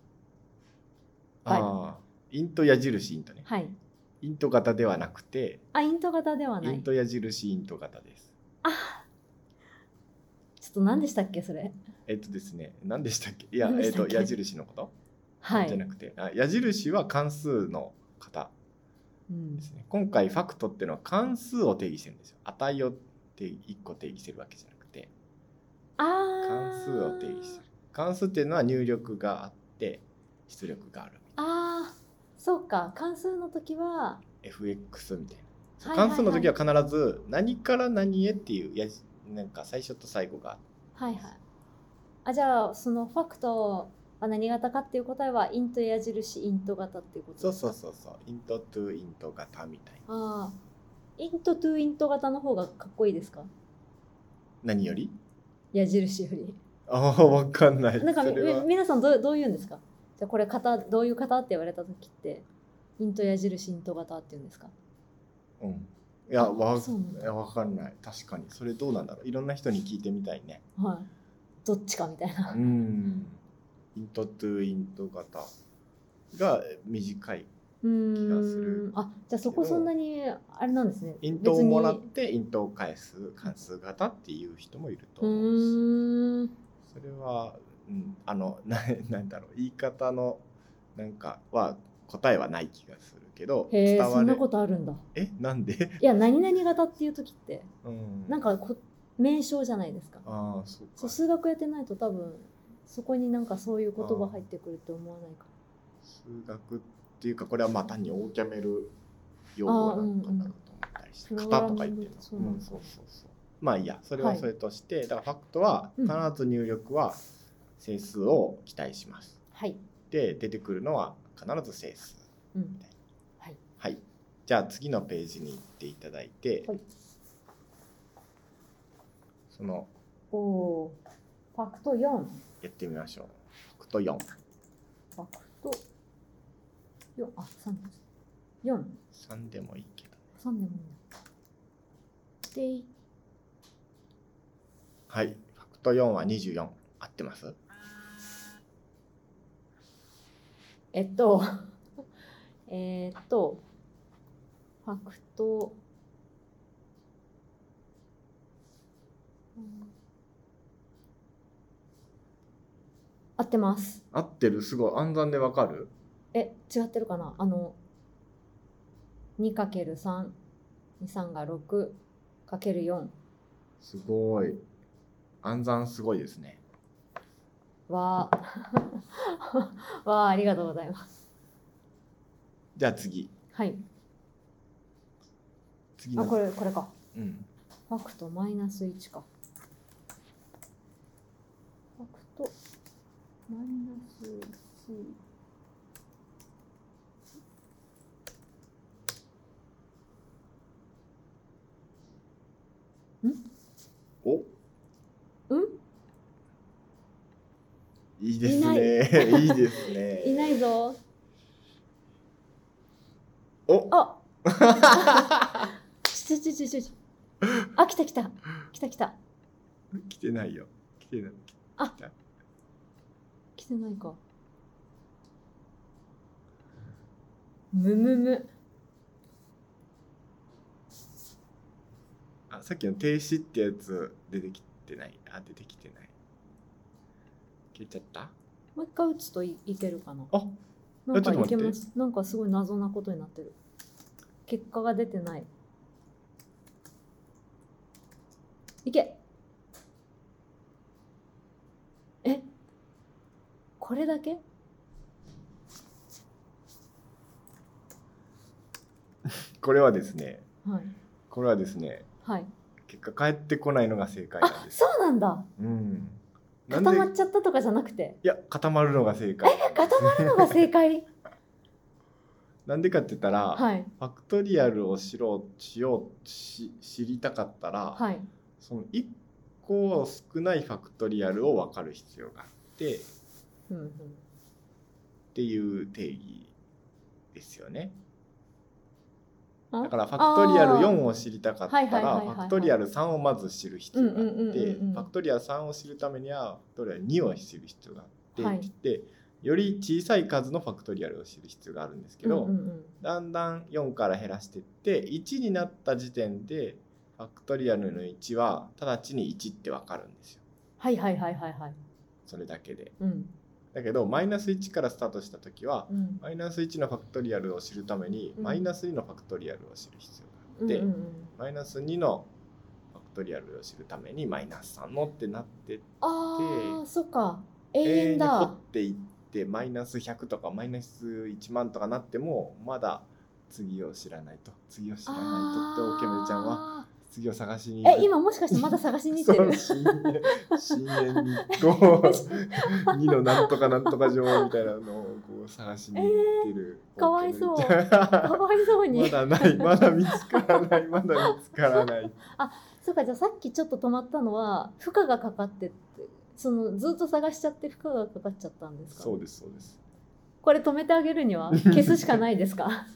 Speaker 2: はい
Speaker 1: ああイント矢印イントね
Speaker 2: はい。
Speaker 1: イント型ではなくて
Speaker 2: あ、イント型では
Speaker 1: イ
Speaker 2: ない。
Speaker 1: ン
Speaker 2: ちょ
Speaker 1: ト矢印イント型です
Speaker 2: っと何でしたっけ、それ。
Speaker 1: えっとですね何でしたっけいや
Speaker 2: 何で
Speaker 1: え
Speaker 2: し
Speaker 1: った
Speaker 2: っ
Speaker 1: と
Speaker 2: け
Speaker 1: 矢印のこと、
Speaker 2: は
Speaker 1: じゃ
Speaker 2: い。
Speaker 1: なくてあ矢印は関数の型
Speaker 2: うん
Speaker 1: ですね今回ファクトっていうのは関数を定義してるんですよ値を定1個定義してるわけじゃなくて
Speaker 2: あー
Speaker 1: 関数を定義する関数っていうのは入力があって出力がある
Speaker 2: あーそうか。関数の時は、
Speaker 1: FX みたいな、
Speaker 2: はいはいはい
Speaker 1: 関数の時は必ず何から何へっていうやじなんか最初と最後が
Speaker 2: はいはい。あ、じゃあ、そのファクトあ何型かっていう答えはイント矢印イント型っていうこと
Speaker 1: そう
Speaker 2: ですか
Speaker 1: そうそうそうイントトゥイント型みたいな
Speaker 2: ああイントトゥイント型の方がかっこいいですか
Speaker 1: 何より
Speaker 2: 矢印より
Speaker 1: ああわかんない
Speaker 2: なんか
Speaker 1: そ
Speaker 2: み
Speaker 1: れは
Speaker 2: 皆さんどうどう言うんですかじゃあこれ型どういう型って言われた時ってイント矢印イント型って言うんですか
Speaker 1: うんいやわ
Speaker 2: そうなんだ
Speaker 1: いやわかんない確かにそれどうなんだろういろんな人に聞いてみたいね
Speaker 2: はいどっちかみたいな
Speaker 1: うんイントトゥイント型が短いう気がす
Speaker 2: ー
Speaker 1: る
Speaker 2: んあじゃあそこそんなにあれなんですね
Speaker 1: イントをもらっ
Speaker 2: 別に
Speaker 1: てイントを返す関数型っていう人もいると
Speaker 2: う
Speaker 1: 思うし
Speaker 2: ーん
Speaker 1: それは、うん、あのななんだろう言い方のなんかは答えはない気がするけど
Speaker 2: へえ
Speaker 1: 伝わ
Speaker 2: そんな
Speaker 1: る
Speaker 2: ことあるんだ
Speaker 1: えなんで、
Speaker 2: いや何々型っていう時って
Speaker 1: うん、
Speaker 2: なんかこ名称じゃないですか
Speaker 1: ああそうか
Speaker 2: そう数学やってないと多分そこになんかそういう言葉入ってくるって思わないか
Speaker 1: 数学っていうかこれはまあ単にオーキャメル用語なんかなと思ったりして、
Speaker 2: あーうんうん
Speaker 1: 型とか言ってるの
Speaker 2: そうなんだ
Speaker 1: そうそうそうまあいいやそれははいそれとして、だからファクトは
Speaker 2: うん
Speaker 1: 必ず入力は整数を期待します、
Speaker 2: はい、
Speaker 1: で出てくるのは必ず整数
Speaker 2: うんはい、
Speaker 1: はいじゃあ次のページに行っていただいて、
Speaker 2: はい
Speaker 1: その
Speaker 2: おおーファクト4
Speaker 1: やってみましょうファクト4
Speaker 2: ファクト4あ三43
Speaker 1: 3でもいいけど
Speaker 2: でもいいなで
Speaker 1: はいファクト4は24合ってます
Speaker 2: えっと [LAUGHS] えっとファクトうん合ってます
Speaker 1: 合ってるすごい暗算でわかる
Speaker 2: え違ってるかなあの 2×323 が 6×4
Speaker 1: すごい暗算すごいですね
Speaker 2: は [LAUGHS] わあありがとうございます
Speaker 1: じゃあ次
Speaker 2: はい
Speaker 1: 次
Speaker 2: あ
Speaker 1: の
Speaker 2: これこれか
Speaker 1: うん
Speaker 2: ファクトマイナス1かファクトマイナス1
Speaker 1: お
Speaker 2: うん
Speaker 1: いいですね [LAUGHS] いいですね
Speaker 2: いないぞ
Speaker 1: お
Speaker 2: あ [LAUGHS] ちょちょちょちょちょあ来た来た来た来た
Speaker 1: 来てないよ来てない
Speaker 2: 来てないかむむむ
Speaker 1: あさっきの停止ってやつ出てきてないあ出てきてない消えちゃった
Speaker 2: もう一回打つといいけるかな
Speaker 1: あ
Speaker 2: なんか
Speaker 1: ちょっ
Speaker 2: い
Speaker 1: と待
Speaker 2: け
Speaker 1: って
Speaker 2: ますなんかすごい謎なことになってる結果が出てないいけえこれだけ
Speaker 1: これはですね
Speaker 2: はい
Speaker 1: これはですね
Speaker 2: はい
Speaker 1: 結果返ってこないのが正解な
Speaker 2: あ
Speaker 1: んです
Speaker 2: そうなんだ
Speaker 1: うんなんで
Speaker 2: 固まっちゃったとかじゃなくて
Speaker 1: いや固まるのが正解
Speaker 2: 固まるのが正
Speaker 1: [LAUGHS]
Speaker 2: 解
Speaker 1: なんでかって言ったら、
Speaker 2: はい
Speaker 1: ファクトリアルをしろしようし知りたかったら、
Speaker 2: はい
Speaker 1: その1個少ないファクトリアルを分かる必要があってっ
Speaker 2: うんうん
Speaker 1: ていう定義ですよね
Speaker 2: あ
Speaker 1: だからファクトリアル
Speaker 2: あー
Speaker 1: 4を知りたかったら
Speaker 2: はいはいはいは
Speaker 1: フ
Speaker 2: いはい
Speaker 1: ァクトリアル3をまず知る必要があって
Speaker 2: うんうんうんうんうん
Speaker 1: ファクトリアル3を知るためにはファクトリアル2を知る必要があって、
Speaker 2: はい
Speaker 1: って言ってより小さい数のファクトリアルを知る必要があるんですけど、
Speaker 2: うんうんうん
Speaker 1: だんだん4から減らしていって1になった時点でファクトリアルの1は直ちに1って分かるんですよ
Speaker 2: はいはいはいはいはい
Speaker 1: それだけで
Speaker 2: うん
Speaker 1: だけどマイナス1からスタートした時は
Speaker 2: うん
Speaker 1: マイナス1のファクトリアルを知るために
Speaker 2: うん
Speaker 1: マイナス2のファクトリアルを知る必
Speaker 2: う
Speaker 1: 要
Speaker 2: ん
Speaker 1: があって、
Speaker 2: うんうん
Speaker 1: マイナス2のファクトリアルを知るためにマイナス3のってなって
Speaker 2: ああそっか
Speaker 1: 永
Speaker 2: 永
Speaker 1: 遠
Speaker 2: 遠
Speaker 1: に
Speaker 2: だ
Speaker 1: 掘っていってマイナス100とかマイナス1万とかなってもまだ次を知らないと次を知らないとってオーケメルちゃんは
Speaker 2: は
Speaker 1: 次次を探しに
Speaker 2: え、今もしかしてまだ探しに行ってる
Speaker 1: そう新年新年にこう [LAUGHS] 二のなんとかなんとか状みたいなのをこう探しに行ってる、
Speaker 2: えーかわいそうか
Speaker 1: ま
Speaker 2: わいそうに。
Speaker 1: だないまだ見つからないまだ見つから
Speaker 2: [LAUGHS]
Speaker 1: ない
Speaker 2: そうかじゃあさっきちょっと止まったのは負荷がかかってってそのずっと探しちゃって負荷がかかっちゃったんですか
Speaker 1: そうですそうです
Speaker 2: これ止めてあげる
Speaker 1: [LAUGHS]
Speaker 2: には消すしかないですか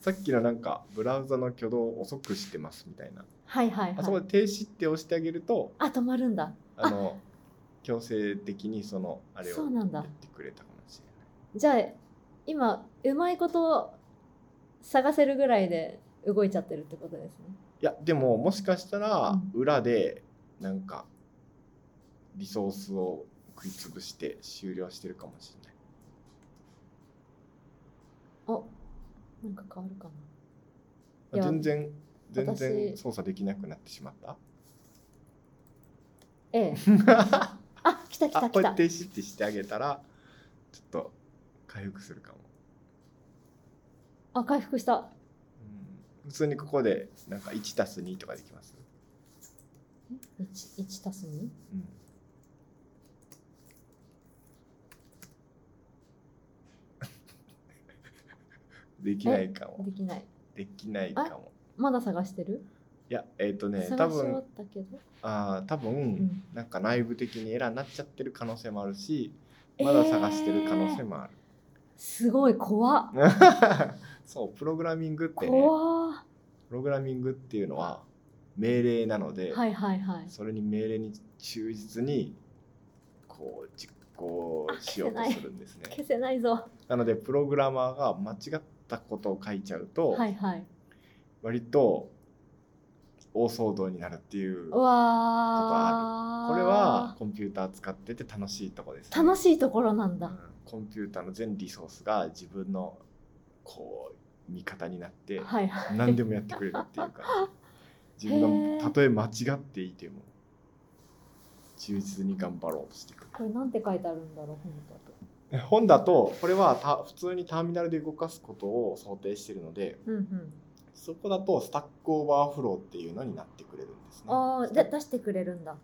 Speaker 1: さっきのなんかブラウザの挙動を遅くしてますみたいな、
Speaker 2: はいはい
Speaker 1: あそこ
Speaker 2: はい
Speaker 1: で停止って押してあげると
Speaker 2: あ止まるんだ
Speaker 1: あの強制的にそのあれを
Speaker 2: そうなんだ
Speaker 1: やってくれたかもしれない
Speaker 2: じゃあ今うまいこと探せるぐらいで動いちゃってるってことですね
Speaker 1: いやでももしかしたら
Speaker 2: う
Speaker 1: 裏でなんかリソースを食いつぶして終了してるかもしれない
Speaker 2: おなんか変わるかな
Speaker 1: あ
Speaker 2: いや
Speaker 1: 全然全然
Speaker 2: 私
Speaker 1: 操作できなくなってしまった [LAUGHS]
Speaker 2: ええあ来た来
Speaker 1: あ
Speaker 2: た
Speaker 1: こ
Speaker 2: 来
Speaker 1: うや
Speaker 2: た
Speaker 1: って停止ってしてあげたらちょっと回復するかも、
Speaker 2: あ回復した
Speaker 1: うん、普通にここでなんか1たす2とかできます、
Speaker 2: 1たす2
Speaker 1: う
Speaker 2: [LAUGHS]
Speaker 1: ん、できないかも
Speaker 2: できない
Speaker 1: できないかも
Speaker 2: まだ探してる、
Speaker 1: いやえっ、とね多
Speaker 2: 探し終わ
Speaker 1: 分
Speaker 2: ったけど、
Speaker 1: あー多分、
Speaker 2: うん
Speaker 1: なんか内部的にエラーになっちゃってる可能性もあるしまだ探してる可能性
Speaker 2: [LAUGHS]
Speaker 1: もある、
Speaker 2: すごい怖っ
Speaker 1: そうプログラミングってね
Speaker 2: 怖っ
Speaker 1: プログラミングっていうのは命令なので、
Speaker 2: はいはいはい
Speaker 1: それに命令に忠実にこう実行しようとするんですね
Speaker 2: 消せないぞ
Speaker 1: なのでプログラマーが間違ったことを書いちゃうと、
Speaker 2: はいはい
Speaker 1: 割と大騒動になるっていう
Speaker 2: うわー
Speaker 1: これはコンピューター使ってて楽しいとこです、
Speaker 2: 楽しいところなん
Speaker 1: うん
Speaker 2: だ
Speaker 1: コンピューターの全リソースが自分のこう味方になって
Speaker 2: [LAUGHS] はいはい
Speaker 1: 何でもやってくれるって
Speaker 2: [LAUGHS]
Speaker 1: いうか自
Speaker 2: へ
Speaker 1: 分が
Speaker 2: ー
Speaker 1: たとえ間違っていても忠実に頑張ろうとしてく
Speaker 2: これなんて書いてあるんだろう本当と
Speaker 1: る本だとこれはた普通にターミナルで動かすことを想定しているので
Speaker 2: うんうん
Speaker 1: そこだとスタックオーバーフローっていうのになってくれるんですね。
Speaker 2: あーで出してくれるんだ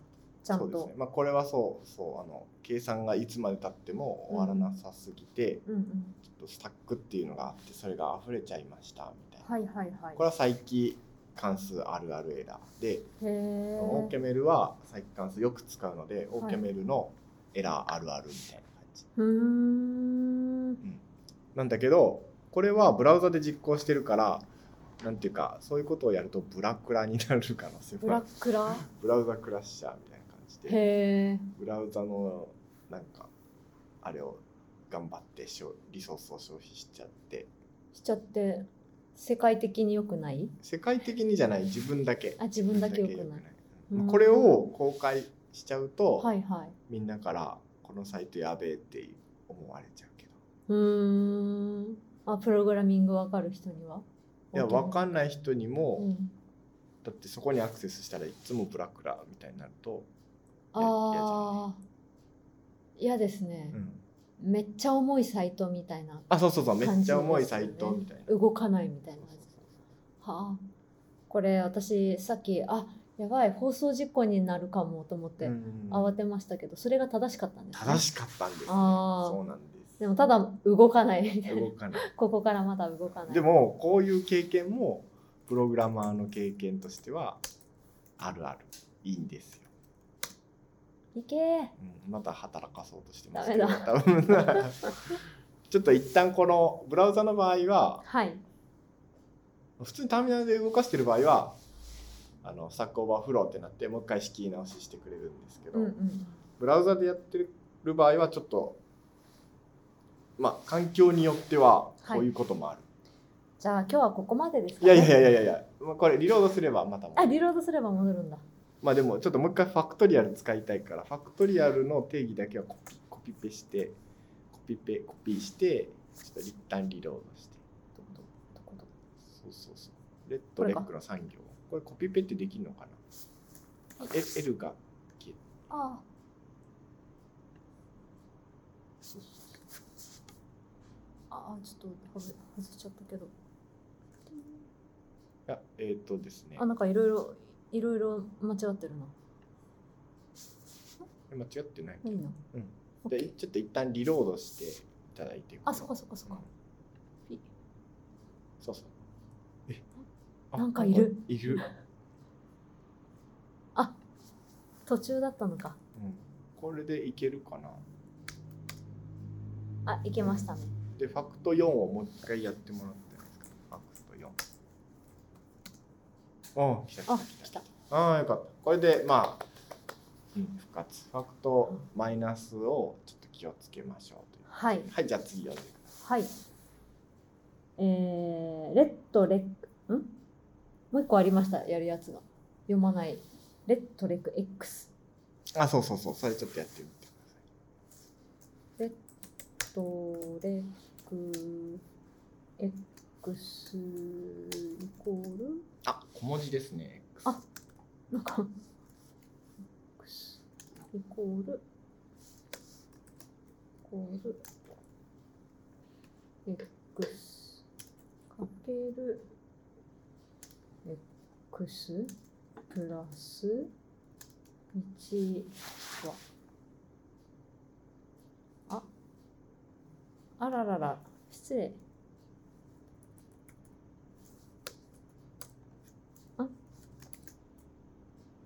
Speaker 2: ちゃん
Speaker 1: そうです
Speaker 2: と
Speaker 1: ねまあ、これはそうそうあの計算がいつまでたっても終わらなさすぎて、
Speaker 2: うんうん
Speaker 1: ちょっとスタックっていうのがあってそれが溢れちゃいましたみたいな、
Speaker 2: はいはいはい
Speaker 1: これは再起関数あるあるエラーで、
Speaker 2: へえ
Speaker 1: オーケメルは再起関数よく使うので、オ
Speaker 2: い
Speaker 1: ーケメルのエラーあるあるみたいな感じ
Speaker 2: うーん
Speaker 1: なんだけどこれはブラウザで実行してるからなんていうかそういうことをやるとブラクラになる可能性
Speaker 2: ブ
Speaker 1: もあ
Speaker 2: ラ
Speaker 1: る
Speaker 2: ックラ
Speaker 1: ブラウザクラッシャーみたいな感じで
Speaker 2: へえ
Speaker 1: ブラウザのなんかあれを頑張ってしょリソースを消費しちゃって
Speaker 2: しちゃって世界的に良くない
Speaker 1: 世界的にじゃない自分だけ
Speaker 2: あ自分だけ良く
Speaker 1: 自分
Speaker 2: ない
Speaker 1: 良
Speaker 2: うん
Speaker 1: これを公開しちゃうと、
Speaker 2: はいはい
Speaker 1: みんなからこのサイトやべえって思われちゃうけど
Speaker 2: うーんあプログラミングわかる人にはい
Speaker 1: やわかんない人にも、
Speaker 2: うん
Speaker 1: だってそこにアクセスしたらいつもブラックラみたいになると、
Speaker 2: ああ嫌ですね、めっちゃ重いサイトみたいな
Speaker 1: あそうそうそうめ
Speaker 2: 感
Speaker 1: っ
Speaker 2: じ
Speaker 1: ち
Speaker 2: で
Speaker 1: ゃ
Speaker 2: すよね
Speaker 1: 重いサイトみたいな。
Speaker 2: 動かないみたいな
Speaker 1: そうそう
Speaker 2: はあこれ私さっきあやばい放送事故になるかもと思っ
Speaker 1: そう
Speaker 2: て
Speaker 1: うん
Speaker 2: 慌てましたけどそれが正しかったんですね、
Speaker 1: 正しかったんです、ね、
Speaker 2: あー
Speaker 1: そうなんです
Speaker 2: でもただ動かないみたいな
Speaker 1: 動かない
Speaker 2: [LAUGHS] ここからまだ動かない
Speaker 1: でもこういう経験もプログラマーの経験としてはあるあるいいんですよ、
Speaker 2: いけー
Speaker 1: うん、また働かそうとしてますけど
Speaker 2: ダメだ
Speaker 1: 多分ちょっと一旦このブラウザの場合は
Speaker 2: はい
Speaker 1: 普通にターミナルで動かしてる場合はあのスタックオーバーフローってなってもう一回仕切り直ししてくれるんですけど、
Speaker 2: うんうん
Speaker 1: ブラウザでやってる場合はちょっとまあ環境によってはこういうこともある、
Speaker 2: じゃあ今日はここまでですか、
Speaker 1: い、やいやいやいやいやまあこれリロードすればまたも
Speaker 2: あリロードすれば戻るんだ
Speaker 1: まあでもちょっともう一回ファクトリアル使いたいからファクトリアルの定義だけはコピコピペしてコピペコピーしてちょっと一旦リロードして
Speaker 2: どこどこどこどこ
Speaker 1: そうそうそうレッドレックの産業これコピペってできるのかなあえ L が
Speaker 2: あ
Speaker 1: そうそう
Speaker 2: あああちょっと外外しちゃったけど
Speaker 1: いやえっ、とですね
Speaker 2: あなんかいろいろいろいろ間違ってるな。
Speaker 1: 間違ってない。
Speaker 2: いいな。
Speaker 1: うん
Speaker 2: オッケ
Speaker 1: で
Speaker 2: ー。
Speaker 1: ちょっと一旦リロードしていただいて。
Speaker 2: あ、そっかそっかそっか。
Speaker 1: うんそうそう。えあ
Speaker 2: なんかいる。
Speaker 1: いる。
Speaker 2: 途中だったのか。
Speaker 1: うんこれでいけるかな。
Speaker 2: あ、いけましたね。
Speaker 1: で、ファクト4をもう一回やってもらってもいいですか。ファクト4。お来た来た
Speaker 2: あ
Speaker 1: 来、た
Speaker 2: 来。た。
Speaker 1: ああよかった。これでまあ、うん、復活。ファクトマイナスをちょっと気をつけましょうという
Speaker 2: はい。
Speaker 1: はい、じゃあ次読んでくださ
Speaker 2: はい。えー、レッドレック、んもう一個ありました、やるやつが。読まない。レッドレック X。
Speaker 1: い。あ、そうそうそう。それちょっとやってみてください。
Speaker 2: ドレック X イコール、
Speaker 1: あ、小文字ですね。X
Speaker 2: あなんか、X イコール、イコール、X かける、X プラス1は。あ、あららら、失礼。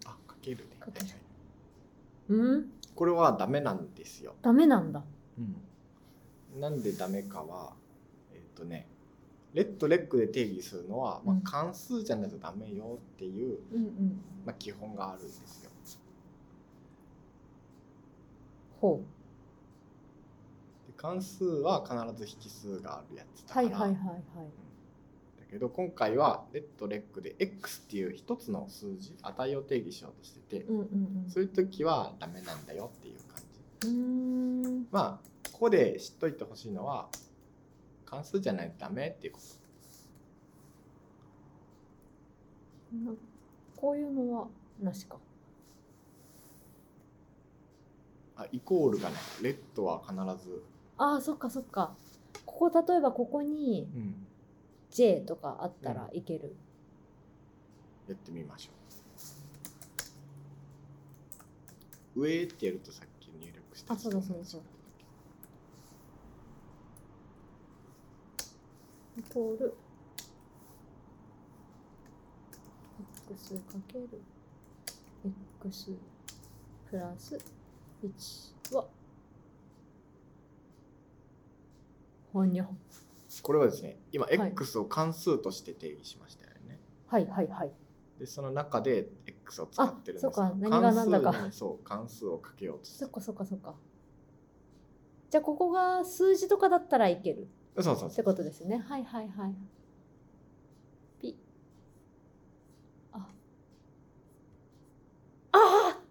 Speaker 1: あ、かけるね。
Speaker 2: かけるうん
Speaker 1: これはダメなんですよ。
Speaker 2: ダメなんだ。
Speaker 1: なんでダメかは、えっ、とね、レッドレックで定義するのは、ま
Speaker 2: う
Speaker 1: あ
Speaker 2: ん、
Speaker 1: 関数じゃないとダメよっていう、
Speaker 2: うんうん。
Speaker 1: まあ、基本があるんですよ。
Speaker 2: ほう。
Speaker 1: で関数は必ず引数があるやつだか
Speaker 2: は
Speaker 1: ら、
Speaker 2: いはいはいはい。
Speaker 1: だけど今回はレッドレックで X っていう一つの数字値を定義しようとしてて、
Speaker 2: うんうんうん。
Speaker 1: そういう時はダメなんだよっていう感じ。
Speaker 2: うーん。
Speaker 1: まあここで知っといてほしいのは関数じゃないとダメっていうこと
Speaker 2: なこういうのはなしか。
Speaker 1: あイコールがないレッドは必ず、
Speaker 2: ああ、そっかそっか。ここ例えばここに J とかあったらいける。
Speaker 1: やってみましょう上ってやるとさっき入力した
Speaker 2: あ、そうだそうだそうだ。イコール x かける x プラス1はほにょ。
Speaker 1: これはですね今
Speaker 2: はい
Speaker 1: X を関数として定義しましたよね、
Speaker 2: はいはいはい。
Speaker 1: でその中で X を使ってるんです
Speaker 2: あそうか何が何だか
Speaker 1: 関数にそう関数をかけようとす
Speaker 2: そっ
Speaker 1: る
Speaker 2: かそっかそっか。じゃあここが数字とかだったらいける
Speaker 1: そうそう
Speaker 2: っ
Speaker 1: そ
Speaker 2: て
Speaker 1: う
Speaker 2: こと [LAUGHS] ですよね。はいはいはい。ピ。あ。ああ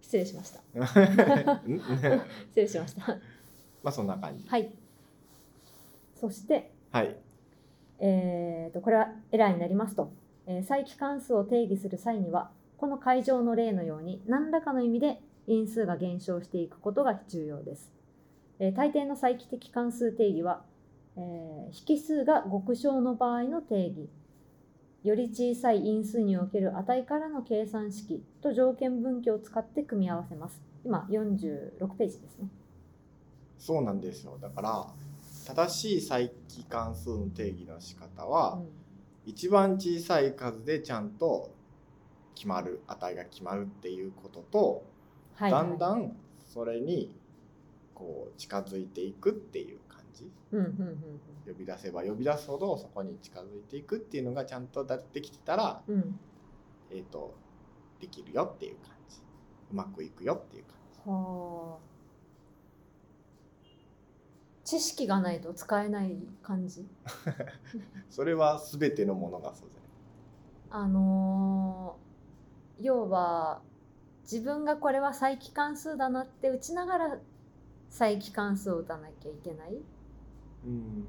Speaker 2: 失礼しました。
Speaker 1: うん
Speaker 2: 失礼しました。
Speaker 1: [LAUGHS] まあそんな感じ
Speaker 2: はい。そして、
Speaker 1: はい
Speaker 2: えー、とこれはエラーになりますと、えー、再帰関数を定義する際にはこの会場の例のように何らかの意味で因数が減少していくことが重要です、えー大抵の再帰的関数定義は、えー引数が極小の場合の定義より小さい因数における値からの計算式と条件分岐を使って組み合わせます今46ページですね
Speaker 1: そうなんですよだから正しい再帰関数の定義の仕方
Speaker 2: う
Speaker 1: は、
Speaker 2: ん
Speaker 1: 一番小さい数でちゃんと決まる値が決まるっていうことと、
Speaker 2: はい
Speaker 1: だんだ
Speaker 2: ん、
Speaker 1: んそれにこう近づいていくっていう感じ
Speaker 2: うんうんうんうん
Speaker 1: 呼び出せば呼び出すほどそこに近づいていくっていうのがちゃんとだってきてたら、
Speaker 2: うん
Speaker 1: えー、とできるよっていう感じうまくいくよっていう感じ
Speaker 2: はあ。知識がないと使えない感じ。
Speaker 1: それは全てのものがそうじゃない
Speaker 2: あのー要は自分がこれは再帰関数だなって打ちながら再帰関数を打たなきゃいけない。
Speaker 1: うん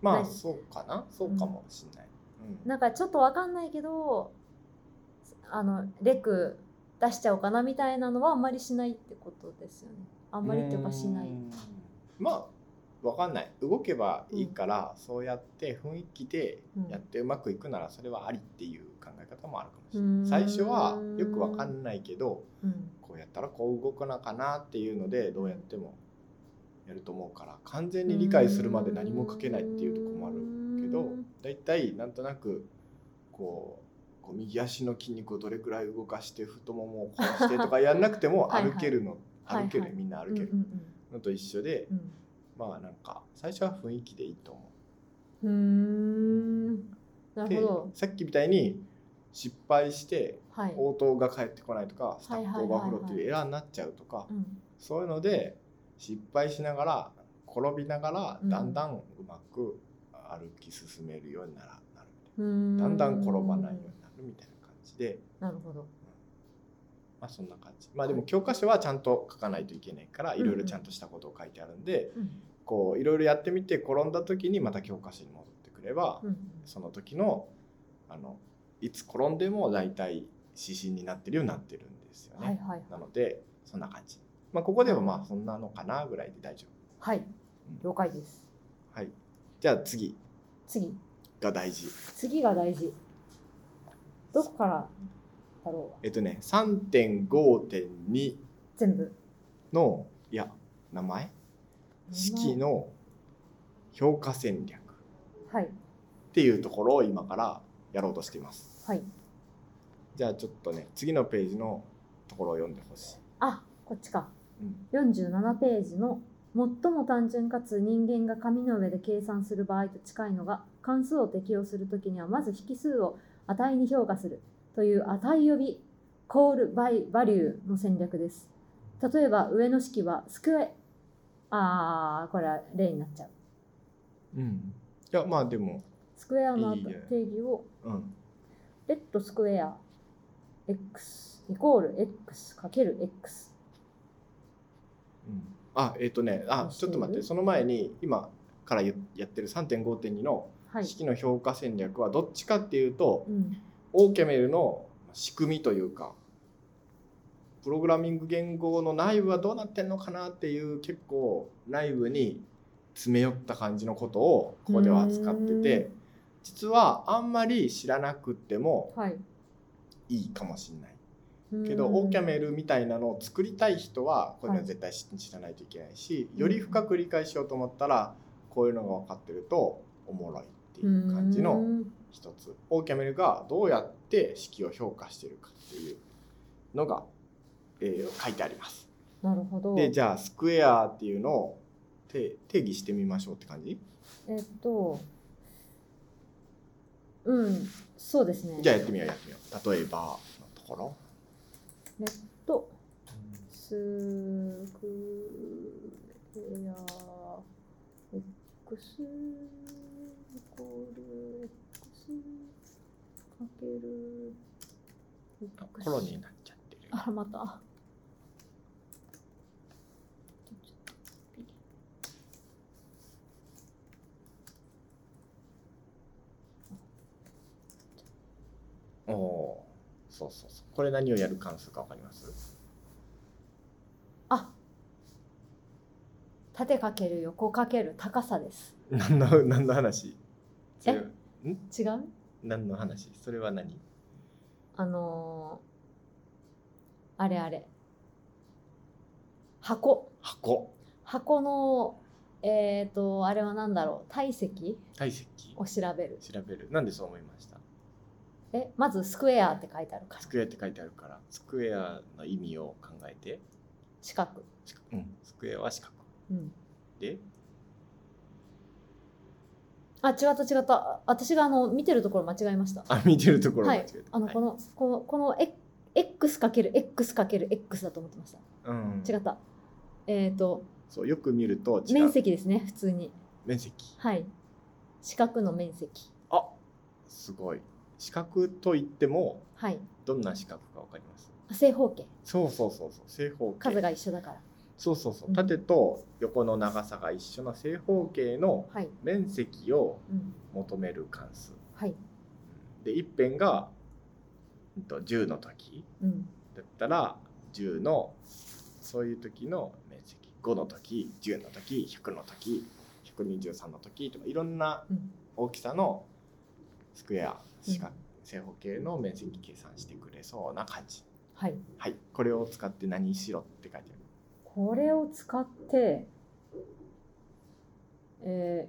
Speaker 1: ま
Speaker 2: な
Speaker 1: あ
Speaker 2: い
Speaker 1: そうかなそうかもしんない、うん
Speaker 2: なんかちょっとわかんないけど、あのレク出しちゃおうかなみたいなのはあんまりしないってことですよね。あんまりっていうかしない。
Speaker 1: うんまあわかんない動けばいいから、そうやって雰囲気でやってうまくいくならそれはありっていう考え方もあるかもしれ
Speaker 2: うん
Speaker 1: ない最初はよくわかんないけど
Speaker 2: うん
Speaker 1: こうやったらこう動くのかなっていうのでどうやってもやると思うから完全に理解するまで何も書けないっていうところもあるけどだいたいなんとなくこうこう右足の筋肉をどれくらい動かして太ももをこうしてとかやんなくても
Speaker 2: はいはい
Speaker 1: 歩けるの
Speaker 2: はいはい
Speaker 1: 歩けるみんな歩ける
Speaker 2: うん
Speaker 1: のと一緒で
Speaker 2: うん
Speaker 1: まあなんか最初は雰囲気でいいと思
Speaker 2: うんうんうーんな
Speaker 1: う。
Speaker 2: る
Speaker 1: で
Speaker 2: ほど
Speaker 1: さっきみたいに失敗して
Speaker 2: はい、
Speaker 1: 応答が返ってこないとかスタッ
Speaker 2: は
Speaker 1: ク
Speaker 2: い
Speaker 1: オー
Speaker 2: はいは
Speaker 1: バー
Speaker 2: いはい
Speaker 1: フローっていうエラーになっちゃうとか
Speaker 2: うん
Speaker 1: そういうので失敗しながら転びながら
Speaker 2: うん
Speaker 1: だんだんうまく歩き進めるようにならなる
Speaker 2: うーん、
Speaker 1: だんだん転ばないようになるみたいな感じで。
Speaker 2: なるほど
Speaker 1: まあそんな感じ。まあでも教科書はちゃんと書かないといけないから、いろいろちゃんとしたことを書いてあるんで、
Speaker 2: うん
Speaker 1: こういろいろやってみて転んだ時にまた教科書に戻ってくれば、
Speaker 2: うん
Speaker 1: その時のあのいつ転んでも大体指針になってるようになってるんですよね。
Speaker 2: はいはい
Speaker 1: なのでそんな感じ。まあここではまあそんなのかなぐらいで大丈
Speaker 2: はい
Speaker 1: 夫。うん
Speaker 2: 了解です
Speaker 1: はい。じゃあ次
Speaker 2: 次
Speaker 1: が大事。
Speaker 2: 次が大事どこからだろう
Speaker 1: えっとね、3.5.2
Speaker 2: 全部
Speaker 1: のいや名前式の評価戦略。
Speaker 2: はい
Speaker 1: っていうところを今からやろうとしています。
Speaker 2: はい
Speaker 1: じゃあちょっとね次のページのところを読んでほしい。
Speaker 2: あこっちか
Speaker 1: うん
Speaker 2: 47ページの最も単純かつ人間が紙の上で計算する場合と近いのが関数を適用するときにはまず引数を値に評価するという値呼び call by value の戦略です例えば上の式はスクエあーこれは例になっちゃう
Speaker 1: うん、いやまあでも、
Speaker 2: スクエアの後
Speaker 1: いいね
Speaker 2: 定義を
Speaker 1: うん、
Speaker 2: レッドスクエア x イコール x かける x
Speaker 1: うん、あえっ、とねあちょっと待ってその前に今からややってる3.5.2の
Speaker 2: はい、
Speaker 1: 式の評価戦略はどっちかっていうと、
Speaker 2: うん、
Speaker 1: オーケメルの仕組みというかプログラミング言語の内部はどうなってんのかなっていう結構内部に詰め寄った感じのことをここでは扱ってて実はあんまり知らなくても
Speaker 2: はい
Speaker 1: いいかもしれないけどオーキャ
Speaker 2: メ
Speaker 1: メルみたいなのを作りたい人はこれは絶対知知らないといけないしより深く理解しようと思ったらこういうのが分かってるとおもろいっていう感じの一つオーキャメルがどうやって式を評価しているかっていうのが、えー書いてあります。
Speaker 2: なるほど
Speaker 1: でじゃあスクエアっていうのを定定義してみましょうって感じ
Speaker 2: えっと、うん、そうですね。
Speaker 1: じゃあやってみようやってみよう。例えばのところ。
Speaker 2: と、スクエア、x イコール x かける
Speaker 1: あ
Speaker 2: x
Speaker 1: コロになっちゃってる。
Speaker 2: あら、また。
Speaker 1: おおーそうそうそう。これ何をやる関数かわかります
Speaker 2: あ縦かける横かける高さです。
Speaker 1: 何の何の話
Speaker 2: え
Speaker 1: それ
Speaker 2: 違う
Speaker 1: 何の話それは何
Speaker 2: あのーあれあれ箱
Speaker 1: 箱
Speaker 2: 箱のえっ、とあれは何だろう体積
Speaker 1: 体積
Speaker 2: を調べる
Speaker 1: 調べる。なんでそう思いました
Speaker 2: えまずスクエアって書いてあるから
Speaker 1: スクエアって書いてあるからスクエアの意味を考えて。
Speaker 2: 四角
Speaker 1: しかうん、スクエアは四角
Speaker 2: うん
Speaker 1: で
Speaker 2: あ違った違ったあ私があの見てるところ間違えました
Speaker 1: あ見てるところ
Speaker 2: は
Speaker 1: 間違
Speaker 2: い
Speaker 1: えた、
Speaker 2: あのこ
Speaker 1: の
Speaker 2: のこのこのえ x×x×x だと思ってました
Speaker 1: うん、
Speaker 2: 違ったえっ、と
Speaker 1: そうよく見ると違う
Speaker 2: 面積ですね普通に
Speaker 1: 面積
Speaker 2: はい四角の面積
Speaker 1: あすごい四角といっても
Speaker 2: はい
Speaker 1: どんな四角かわかります
Speaker 2: 正方形
Speaker 1: そうそうそうそう正方形
Speaker 2: 数が一緒だから
Speaker 1: そうそうそううん縦と横の長さが一緒の正方形の
Speaker 2: はい、
Speaker 1: 面積を
Speaker 2: うん、
Speaker 1: 求める関数
Speaker 2: はい、
Speaker 1: で一辺が、うんと、10の時
Speaker 2: うん、
Speaker 1: だったら10のそういう時の面積5の時10の時100の時123の時とかいろんな
Speaker 2: うん
Speaker 1: 大きさのスクエア四角正方形の面積計算してくれそうな感じ
Speaker 2: はい。
Speaker 1: はいこれを使って何しろって書いてある
Speaker 2: これを使って、えー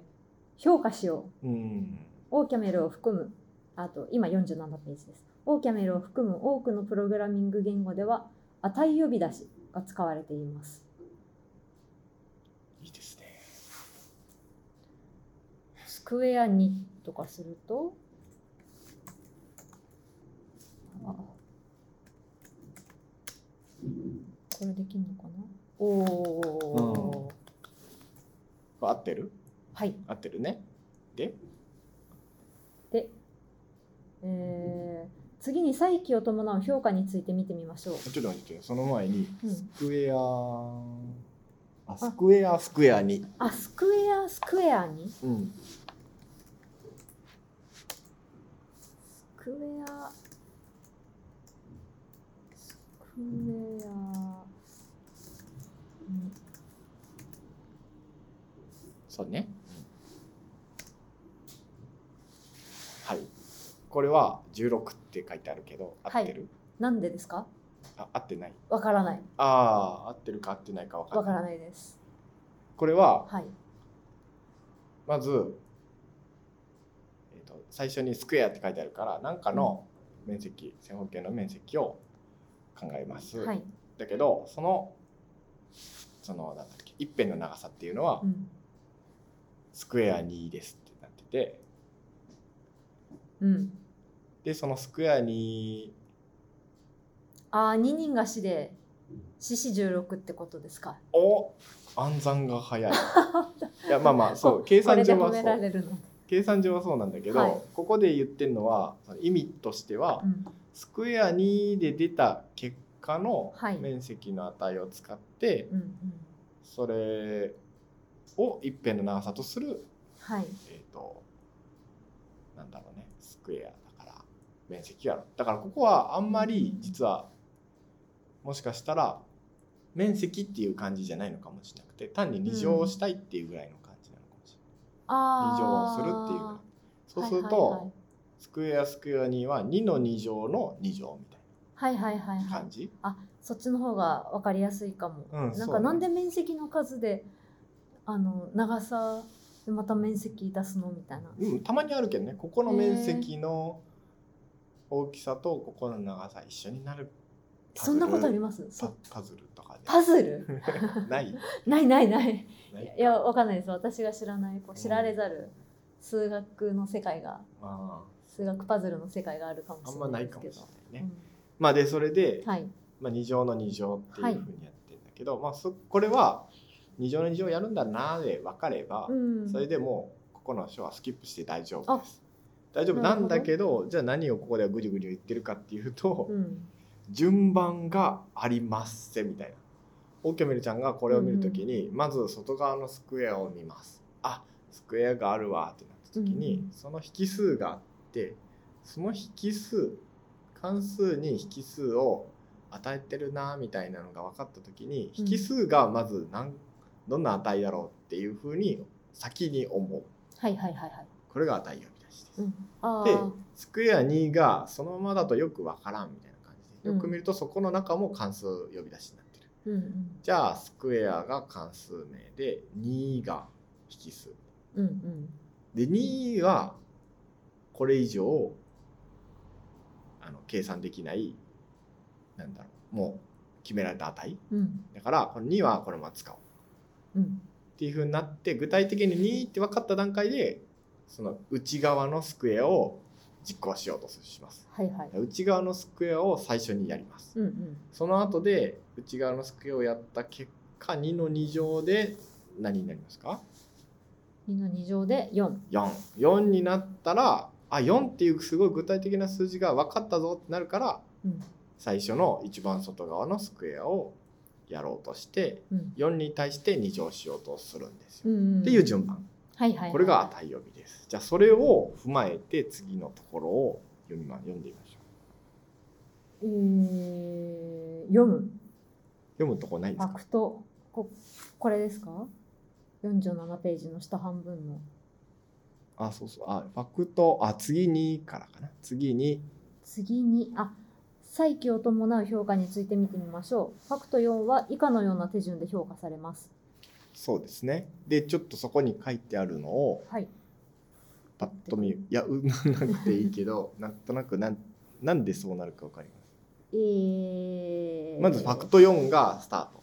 Speaker 2: 評価しよう。
Speaker 1: うん
Speaker 2: オーキャメルを含む、あと今47ページです。オーキャメルを含む多くのプログラミング言語では、値呼び出しが使われています。
Speaker 1: いいですね
Speaker 2: スクエア2とかすると、あこれできるのかなおおー、
Speaker 1: これ合ってる
Speaker 2: はい。
Speaker 1: 合ってるねで
Speaker 2: で、えー次に再起を伴う評価について見てみましょう。
Speaker 1: ちょっと待ってその前に
Speaker 2: うん
Speaker 1: スクエアあスクエアスクエアに
Speaker 2: あ、スクエアスクエアに
Speaker 1: うん
Speaker 2: スクエアスクエアに
Speaker 1: そうね。はい。これは16って書いてあるけど、合
Speaker 2: はい
Speaker 1: ってる、
Speaker 2: なんでですか
Speaker 1: あ、合ってない。
Speaker 2: わからない。
Speaker 1: ああ、合ってるか合ってないかわか
Speaker 2: わ
Speaker 1: ん
Speaker 2: か
Speaker 1: ない。
Speaker 2: らないです。
Speaker 1: これは、
Speaker 2: はい。
Speaker 1: まず、えーと、最初にスクエアって書いてあるから、なんかの面積、正方形の面積を考えます。
Speaker 2: はい。
Speaker 1: だけど、その、その、なんだっけ、一辺の長さっていうのは、
Speaker 2: うん。
Speaker 1: スクエア2ですってなってて、
Speaker 2: うん。
Speaker 1: で、そのスクエア2、
Speaker 2: あー、二人が死で、四四十六ってことですか。
Speaker 1: お暗算が
Speaker 2: [LAUGHS]
Speaker 1: 早い。いやまあまあそう計算上
Speaker 2: こ
Speaker 1: は
Speaker 2: れ
Speaker 1: そ
Speaker 2: で褒めら
Speaker 1: う
Speaker 2: れるの。
Speaker 1: 計算上はそうなんだけど、
Speaker 2: はい
Speaker 1: ここで言ってるのはその意味としては、
Speaker 2: うん。
Speaker 1: スクエア2で出た結果の
Speaker 2: はい
Speaker 1: 面積の値を使って、
Speaker 2: うん。うん。
Speaker 1: それを一辺の長さとする
Speaker 2: はい。
Speaker 1: えっ、となんだろうねスクエアだから面積やろだからここはあんまり実はもしかしたら面積っていう感じじゃないのかもしれなくて単に2乗したいっていうぐらいの感じなのかもしれない、
Speaker 2: ああ。
Speaker 1: 2乗するっていうぐらいそうすると、スクエアスクエア2は2の2乗の2乗みたい
Speaker 2: はいはいはいはい、
Speaker 1: な
Speaker 2: はい
Speaker 1: 感、じ、
Speaker 2: そっちの方が分かりやすいかも、
Speaker 1: うん
Speaker 2: なん
Speaker 1: そう
Speaker 2: か
Speaker 1: ね
Speaker 2: なんで面積の数であの長さでまた面積出すのみたいな
Speaker 1: うん、たまにあるけどねここの面積の大きさとここの長さ一緒になるパズ
Speaker 2: そ
Speaker 1: ル
Speaker 2: んなことあります
Speaker 1: パ
Speaker 2: そ
Speaker 1: パズルとか
Speaker 2: パズル [LAUGHS]
Speaker 1: で [LAUGHS] ない
Speaker 2: ないないない
Speaker 1: ない
Speaker 2: いやわかんないです私が知らないこう知られざる数学の世界が
Speaker 1: ま
Speaker 2: 数学パズルの世界があるかも
Speaker 1: あ、あ
Speaker 2: し
Speaker 1: ん
Speaker 2: れ
Speaker 1: ま
Speaker 2: な
Speaker 1: ないい
Speaker 2: で
Speaker 1: か
Speaker 2: す
Speaker 1: も
Speaker 2: け
Speaker 1: し
Speaker 2: ど、
Speaker 1: れないね。
Speaker 2: う
Speaker 1: まあでそれで
Speaker 2: ん、はい
Speaker 1: まあ、2乗の2乗って
Speaker 2: はい
Speaker 1: いうふうにやってんだけど、まあ、そこれは2乗の2乗やるんだなーで分かれば、
Speaker 2: うん
Speaker 1: それでもうここの章はスキップして大丈夫
Speaker 2: あ
Speaker 1: です。大丈夫なんだ
Speaker 2: な
Speaker 1: けどじゃあ何をここではぐじゅぐじゅ言ってるかっていうと、
Speaker 2: うん
Speaker 1: 順番がありますせみたいな。オーケーメルちゃんがこれを見るときに、まず外側のスクエアを見ます。あスクエアがあるわってなったときに、
Speaker 2: うん
Speaker 1: その引数があってその引数関数に引数を与えてるなみたいなのが分かったときに
Speaker 2: うん
Speaker 1: 引数がまず何どんな値だろうっていうふうに先に思う
Speaker 2: はいはいはいはい、
Speaker 1: これが値呼び出しです。
Speaker 2: うん、あ
Speaker 1: で
Speaker 2: ー
Speaker 1: スクエア2がそのままだとよくわからんみたいな感じで
Speaker 2: うん
Speaker 1: よく見るとそこの中も関数呼び出しになってる、
Speaker 2: うんうん
Speaker 1: じゃあスクエアが関数名で2が引数
Speaker 2: うんうん
Speaker 1: で2はこれ以上あの計算できないなんだろうもう決められた値
Speaker 2: うん
Speaker 1: だからこの2はこのまま使おう
Speaker 2: うん
Speaker 1: っていうふうになって具体的に2って分かった段階でその内側のスクエアを実行しようとします
Speaker 2: はいはい
Speaker 1: 内側のスクエアを最初にやります、
Speaker 2: うんうん
Speaker 1: その後で内側のスクエアをやった結果2の2乗で何になりますか
Speaker 2: 2の2乗で4
Speaker 1: 44になったらあ4っていうすごい具体的な数字が分かったぞってなるから
Speaker 2: うん
Speaker 1: 最初の一番外側のスクエアをやろうとして
Speaker 2: うん
Speaker 1: 4に対して2乗しようとするんですよ、
Speaker 2: んん
Speaker 1: っていう順番
Speaker 2: はいはい
Speaker 1: これが値呼びですじゃあそれを踏まえて次のところを読みま読んでみましょう
Speaker 2: えー、読む
Speaker 1: 読むとこないです
Speaker 2: ファ
Speaker 1: か
Speaker 2: クトここれですか47ページの下半分の
Speaker 1: あ、そうそう。あ、ファクト、あ、次にからかな。次に、
Speaker 2: 次にあ再起を伴う評価について見てみましょうファクト4は以下のような手順で評価されます
Speaker 1: そうですね。で、ちょっとそこに書いてあるのを、
Speaker 2: はい
Speaker 1: パッと見、いや、うん、なくていいけ
Speaker 2: [LAUGHS]
Speaker 1: ど、なんとなくなん、なんでそうなるかわかります。
Speaker 2: えー、
Speaker 1: まずファクト4がスタート。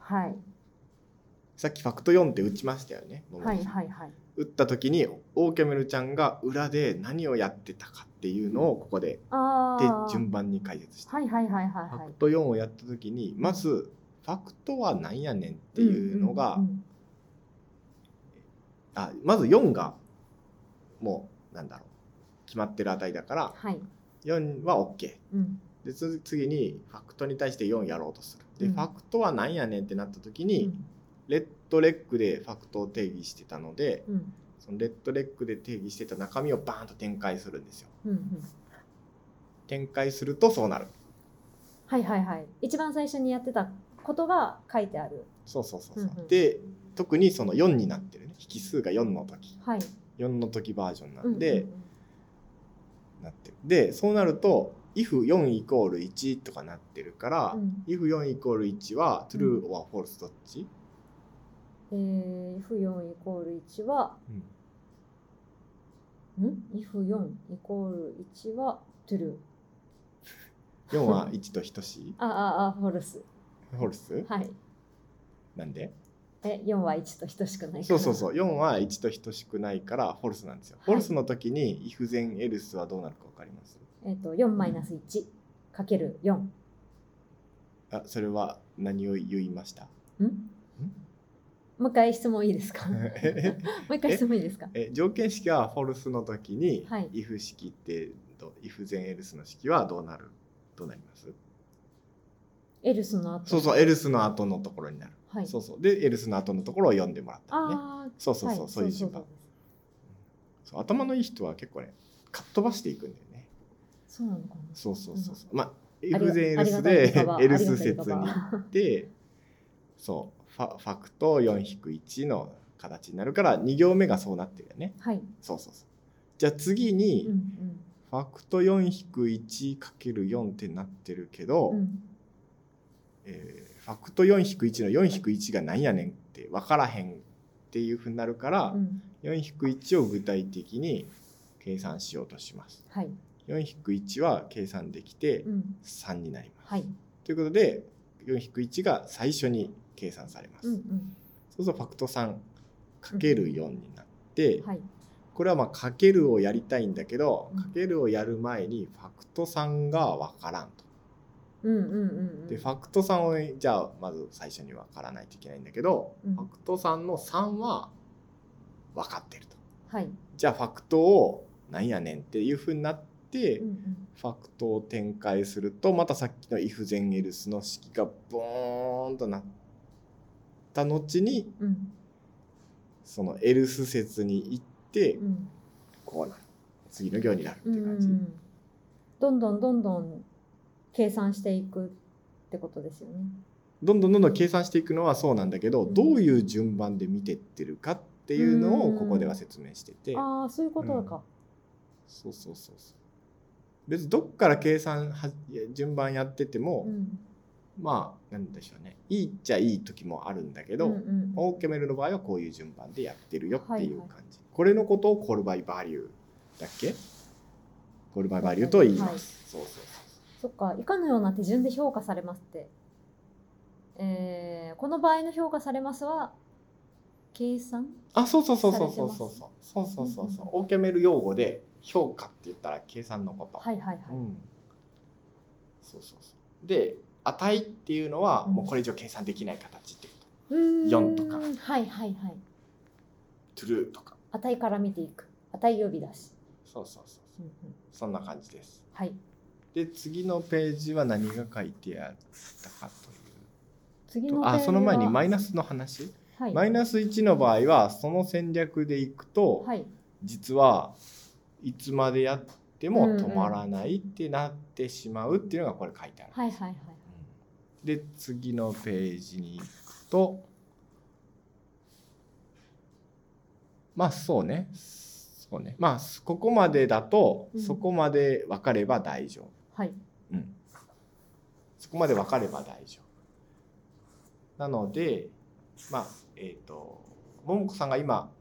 Speaker 2: はい
Speaker 1: さっきファクト4って打ちましたよね。野
Speaker 2: は
Speaker 1: 村
Speaker 2: い
Speaker 1: さん
Speaker 2: はいはい
Speaker 1: 打った時にオーキャメルちゃんが裏で何をやってたかっていうのをここで
Speaker 2: あ
Speaker 1: で
Speaker 2: あ
Speaker 1: 順番に解説した。
Speaker 2: はいはいはいはい
Speaker 1: ファ
Speaker 2: はい
Speaker 1: クト4をやった時にまずファクトは何やねんっていうのが、
Speaker 2: んんん
Speaker 1: あまず4がもうなんだろう決まってる値だから
Speaker 2: はい、
Speaker 1: 4は OK
Speaker 2: うん
Speaker 1: でつ次にファクトに対して4やろうとする。で、
Speaker 2: うん
Speaker 1: ファクトは何やねんってなった時
Speaker 2: う
Speaker 1: に、
Speaker 2: ん
Speaker 1: レッドレックでファクトを定義してたので
Speaker 2: うん
Speaker 1: そのレッドレックで定義してた中身をバーンと展開するんですよ。
Speaker 2: うんうん
Speaker 1: 展開するとそうなる。
Speaker 2: はいはいはい一番最初にやってたことが書いてある
Speaker 1: そうそうそうそう。
Speaker 2: うんうん
Speaker 1: で特にその4になってるね引数が4の時
Speaker 2: はい
Speaker 1: 4の時バージョンな
Speaker 2: うんん
Speaker 1: で、
Speaker 2: うんうん
Speaker 1: なってるでそうなると if4 イコール1とかなってるから、
Speaker 2: うん
Speaker 1: if4 イコール1は true or false どっち、
Speaker 2: えー、F4 イコール1は
Speaker 1: うん
Speaker 2: ん ?if4 イコール1は true
Speaker 1: 4は1と等しい [LAUGHS]
Speaker 2: あああフォルス
Speaker 1: false
Speaker 2: はい
Speaker 1: なんで
Speaker 2: え4は1と等しくない
Speaker 1: そうそうそうう4は1と等しくないから false なんですよ、
Speaker 2: はい
Speaker 1: false の時に if 全 else はどうなるか分かります
Speaker 2: えっ、と4マイナス1かける4ん
Speaker 1: あそれは何を言いました
Speaker 2: もう一回質問いいですか [LAUGHS] もう一回質問いいですか
Speaker 1: [LAUGHS] え条件式は false の時に、
Speaker 2: はい
Speaker 1: if 式ってど if 全 else の式はどうなるどうなります
Speaker 2: エルスの後
Speaker 1: そうそう else の後のところになる
Speaker 2: はい
Speaker 1: そうそう。で、エルスの後のところを読んでもらったりね。
Speaker 2: ああ
Speaker 1: そうそうそう、
Speaker 2: はい
Speaker 1: そういう順番そう頭のいい人は結構ね、かっ飛ばしていくんだよね。
Speaker 2: そうなのかな
Speaker 1: そうそうそうそう。まあ、
Speaker 2: あり
Speaker 1: F 全エル
Speaker 2: ありが
Speaker 1: ス
Speaker 2: たい
Speaker 1: で
Speaker 2: 言葉あり
Speaker 1: エル
Speaker 2: がたい
Speaker 1: ス
Speaker 2: 言葉
Speaker 1: 説に行って、そう、ファファクト4-1の形になるから、2行目がそうなってるよね。
Speaker 2: はい
Speaker 1: そうそうそう。じゃあ次に、
Speaker 2: うんうん
Speaker 1: ファクト 4-1×4 ってなってるけど、
Speaker 2: うん
Speaker 1: えーファクト4-1の4-1が何やねんって分からへんっていうふうになるから、
Speaker 2: うん
Speaker 1: 4-1を具体的に計算しようとします。
Speaker 2: はい
Speaker 1: 4-1は計算できて
Speaker 2: うん
Speaker 1: 3になります。
Speaker 2: はい
Speaker 1: ということで4-1が最初に計算されます。
Speaker 2: うんうん
Speaker 1: そうするとファクト 3×4 になって、
Speaker 2: はい
Speaker 1: これはまあかけるをやりたいんだけど、
Speaker 2: うん
Speaker 1: かけるをやる前にファクト3がわからんと。
Speaker 2: うんうんうんうん
Speaker 1: でファクト3をじゃあまず最初にわからないといけないんだけど、
Speaker 2: うん
Speaker 1: ファクト3の3は分かってると。
Speaker 2: はい
Speaker 1: じゃあファクトをなんやねんっていうふうになって、
Speaker 2: うんうん
Speaker 1: ファクトを展開するとまたさっきの if 全 else の式がボーンとなった後に
Speaker 2: うん
Speaker 1: その else 説に行って
Speaker 2: うん
Speaker 1: こうなる次の行になるって
Speaker 2: う
Speaker 1: いう感じ、
Speaker 2: んどんどんどんどん計算していくってことですよね。
Speaker 1: どんどんどんどん計算していくのはそうなんだけど、
Speaker 2: うん
Speaker 1: どういう順番で見てってるかっていうのをここでは説明してて、
Speaker 2: ああそういうことか。
Speaker 1: そうそうそうそう別にどっから計算は順番やってても、
Speaker 2: うん
Speaker 1: まあなんでしょうねいいっちゃいい時もあるんだけど、
Speaker 2: うんうん
Speaker 1: オーケメルの場合はこういう順番でやってるよっていう感じ、
Speaker 2: は
Speaker 1: これのことをコールバイバリューだっけコールバイバリューと言います、そうそう
Speaker 2: そっか以下のような手順で評価されますって、えー、この場合の評価されますは計算
Speaker 1: あそうそうそうそうそうそうそうそうそうそうそうオーケメル用語で評価って言ったら計算のこと、
Speaker 2: はいはいはい、
Speaker 1: うんそうそうそうで値っていうのは
Speaker 2: うん
Speaker 1: もうこれ以上計算できない形ってこ
Speaker 2: うーん
Speaker 1: 四とか
Speaker 2: はいはいはい
Speaker 1: と true とか
Speaker 2: 値から見ていく値呼び出し、
Speaker 1: そうそうそう
Speaker 2: う
Speaker 1: そうん
Speaker 2: うん、
Speaker 1: そんな感じです
Speaker 2: はい
Speaker 1: で次のページは何が書いてあったかという
Speaker 2: 次のページは
Speaker 1: あその前にマイナスの話
Speaker 2: はい
Speaker 1: マイナス1の場合はその戦略でいくと、
Speaker 2: はい
Speaker 1: 実はいつまでやっても止まらないってなってしまうっていうのがこれ書いてある。
Speaker 2: はいはいはい
Speaker 1: うんで次のページに行くとまあそうねそうねまあここまでだと、
Speaker 2: うん
Speaker 1: そこまで分かれば大丈夫
Speaker 2: はい。
Speaker 1: うん、そこまで分かれば大丈夫なのでまあえっ、と桃子さんが今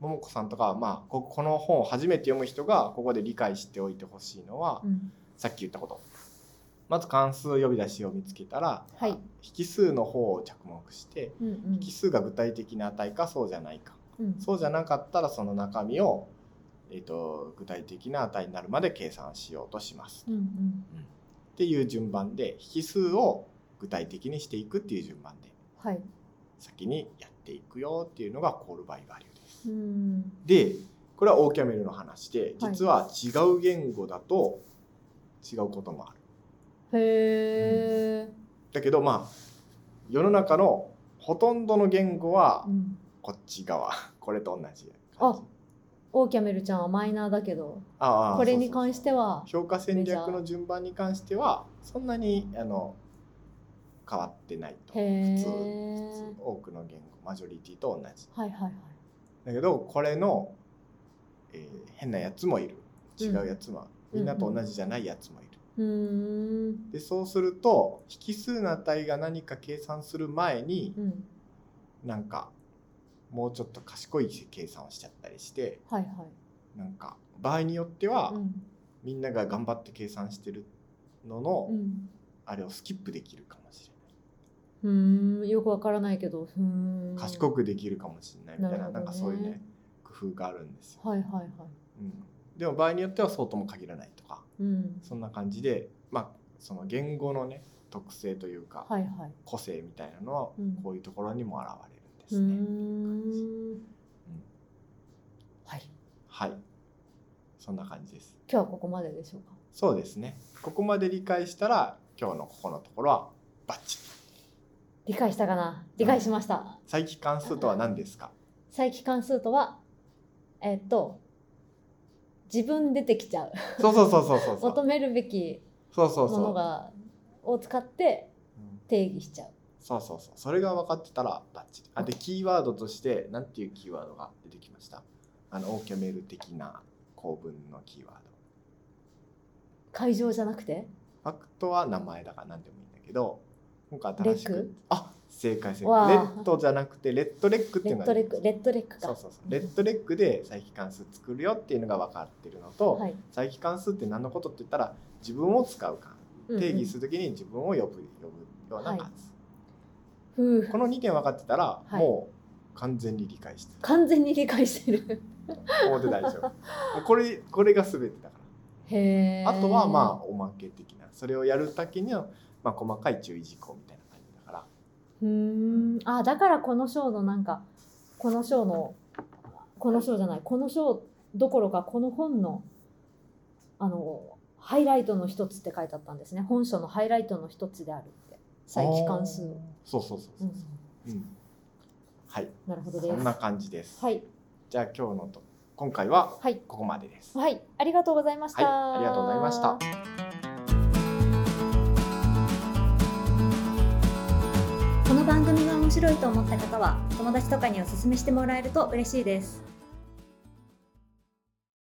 Speaker 1: 桃子さんとかはまあここの本を初めて読む人がここで理解しておいてほしいのは、
Speaker 2: うん。
Speaker 1: さっき言ったことまず関数呼び出しを見つけたら、
Speaker 2: はい。
Speaker 1: 引数の方を着目して
Speaker 2: うんうん
Speaker 1: 引数が具体的な値かそうじゃないか
Speaker 2: うん。
Speaker 1: そうじゃなかったらその中身を、えー、と具体的な値になるまで計算しようとします。
Speaker 2: うんうん。
Speaker 1: っていう順番で引数を具体的にしていくっていう順番で
Speaker 2: はい。
Speaker 1: 先にやっていくよっていうのがコールバイバリューです。
Speaker 2: うん。
Speaker 1: でこれはオーキャメルの話で
Speaker 2: はい
Speaker 1: 実は違う言語だと違うこともある。
Speaker 2: へえ。
Speaker 1: だけどまあ世の中のほとんどの言語は
Speaker 2: うん。
Speaker 1: こっち側これと同じ感
Speaker 2: あ
Speaker 1: じ。
Speaker 2: オーキャメルちゃんはマイナーだけど、
Speaker 1: ああ
Speaker 2: これに関して
Speaker 1: は
Speaker 2: は。
Speaker 1: 評価戦略の順番に関してはそんなにあの変わってないと
Speaker 2: へ
Speaker 1: 普通
Speaker 2: え。
Speaker 1: 多くの言語マジョリティと同じ
Speaker 2: はいはいはい。
Speaker 1: だけどこれの、えー変なやつもいる
Speaker 2: うん
Speaker 1: 違うやつもある、みんなと同じじゃないやつもいる、
Speaker 2: うーん。
Speaker 1: でそうすると引数の値が何か計算する前に
Speaker 2: うん。
Speaker 1: なんかもうちょっと賢い計算をしちゃったりして
Speaker 2: はいはい。
Speaker 1: なんか場合によっては、
Speaker 2: うん。
Speaker 1: みんなが頑張って計算してるのの、
Speaker 2: うん。
Speaker 1: あれをスキップできるかもしれな
Speaker 2: うーんよくわからないけどうーん
Speaker 1: い賢くできるかもしれないみたいなな
Speaker 2: なるほどね
Speaker 1: んかそういうね工夫があるんですよ、
Speaker 2: はいはいはい
Speaker 1: うん、でも場合によってはそうとも限らないとか
Speaker 2: うん
Speaker 1: そんな感じで、まあ、その言語のね特性というか、
Speaker 2: はいはい
Speaker 1: 個性みたいなのは
Speaker 2: うん
Speaker 1: こういうところにも現れるんで
Speaker 2: うー
Speaker 1: すね。
Speaker 2: んはい
Speaker 1: はいそんな感じです。
Speaker 2: 今日はここまででしょうか
Speaker 1: そうですねここまで理解したら今日のここのところはバッチリ。
Speaker 2: 理解したかな理解しました、
Speaker 1: 再帰関数とは何
Speaker 2: [LAUGHS]
Speaker 1: ですか
Speaker 2: 再帰関数とはえっと自分出てきちゃう
Speaker 1: そうそうそうそうそうそう
Speaker 2: 求めるべき
Speaker 1: そうそう
Speaker 2: も
Speaker 1: そ
Speaker 2: の
Speaker 1: う
Speaker 2: がを使って
Speaker 1: うん
Speaker 2: 定義しちゃう
Speaker 1: そうそうそうそれが分かってたらバッチリ。あでキーワードとして何ていうキーワードが出てきましたあのオーキャメル的な構文のキーワード。
Speaker 2: 会場じゃなくて
Speaker 1: ファクトは名前だから何でもいいんだけど今回新しく
Speaker 2: レク
Speaker 1: あ正解正
Speaker 2: わあ
Speaker 1: 解レッドじゃなくてレッドレックってい
Speaker 2: レ
Speaker 1: うの
Speaker 2: ッ
Speaker 1: が
Speaker 2: ドレックレッドレック
Speaker 1: そう
Speaker 2: か
Speaker 1: そうそうレッドレックで再帰関数作るよっていうのが分かってるのと、
Speaker 2: はい
Speaker 1: 再帰関数って何のことって言ったら自分を使うか
Speaker 2: うんうん
Speaker 1: 定義するときに自分を呼ぶ呼ぶような関数、
Speaker 2: ふう
Speaker 1: この2点分かってたら、
Speaker 2: はい
Speaker 1: もう完全に理解してた
Speaker 2: 完全に理解してる
Speaker 1: 思って大丈夫
Speaker 2: [LAUGHS]
Speaker 1: もうこれこれが全てだから
Speaker 2: へえ
Speaker 1: あとはまあおまけ的なそれをやるだけの、まあ、細かい注意事項みたいな感じだから
Speaker 2: うーんあだからこの章のなんかこの章のこの章じゃないこの章どころかこの本のあのハイライトの一つって書いてあったんですね本書のハイライトの一つであるって再帰関数、
Speaker 1: あーそうそうそうそう、
Speaker 2: うん、
Speaker 1: うんはい
Speaker 2: なるほどで
Speaker 1: そん
Speaker 2: す
Speaker 1: な感じです、
Speaker 2: はい
Speaker 1: じゃあ今日のと今回は
Speaker 2: はい
Speaker 1: ここまでです
Speaker 2: はいありがとうございました、
Speaker 1: はいありがとうございました
Speaker 2: この番組が面白いと思った方は友達とかにお勧めしてもらえると嬉しいです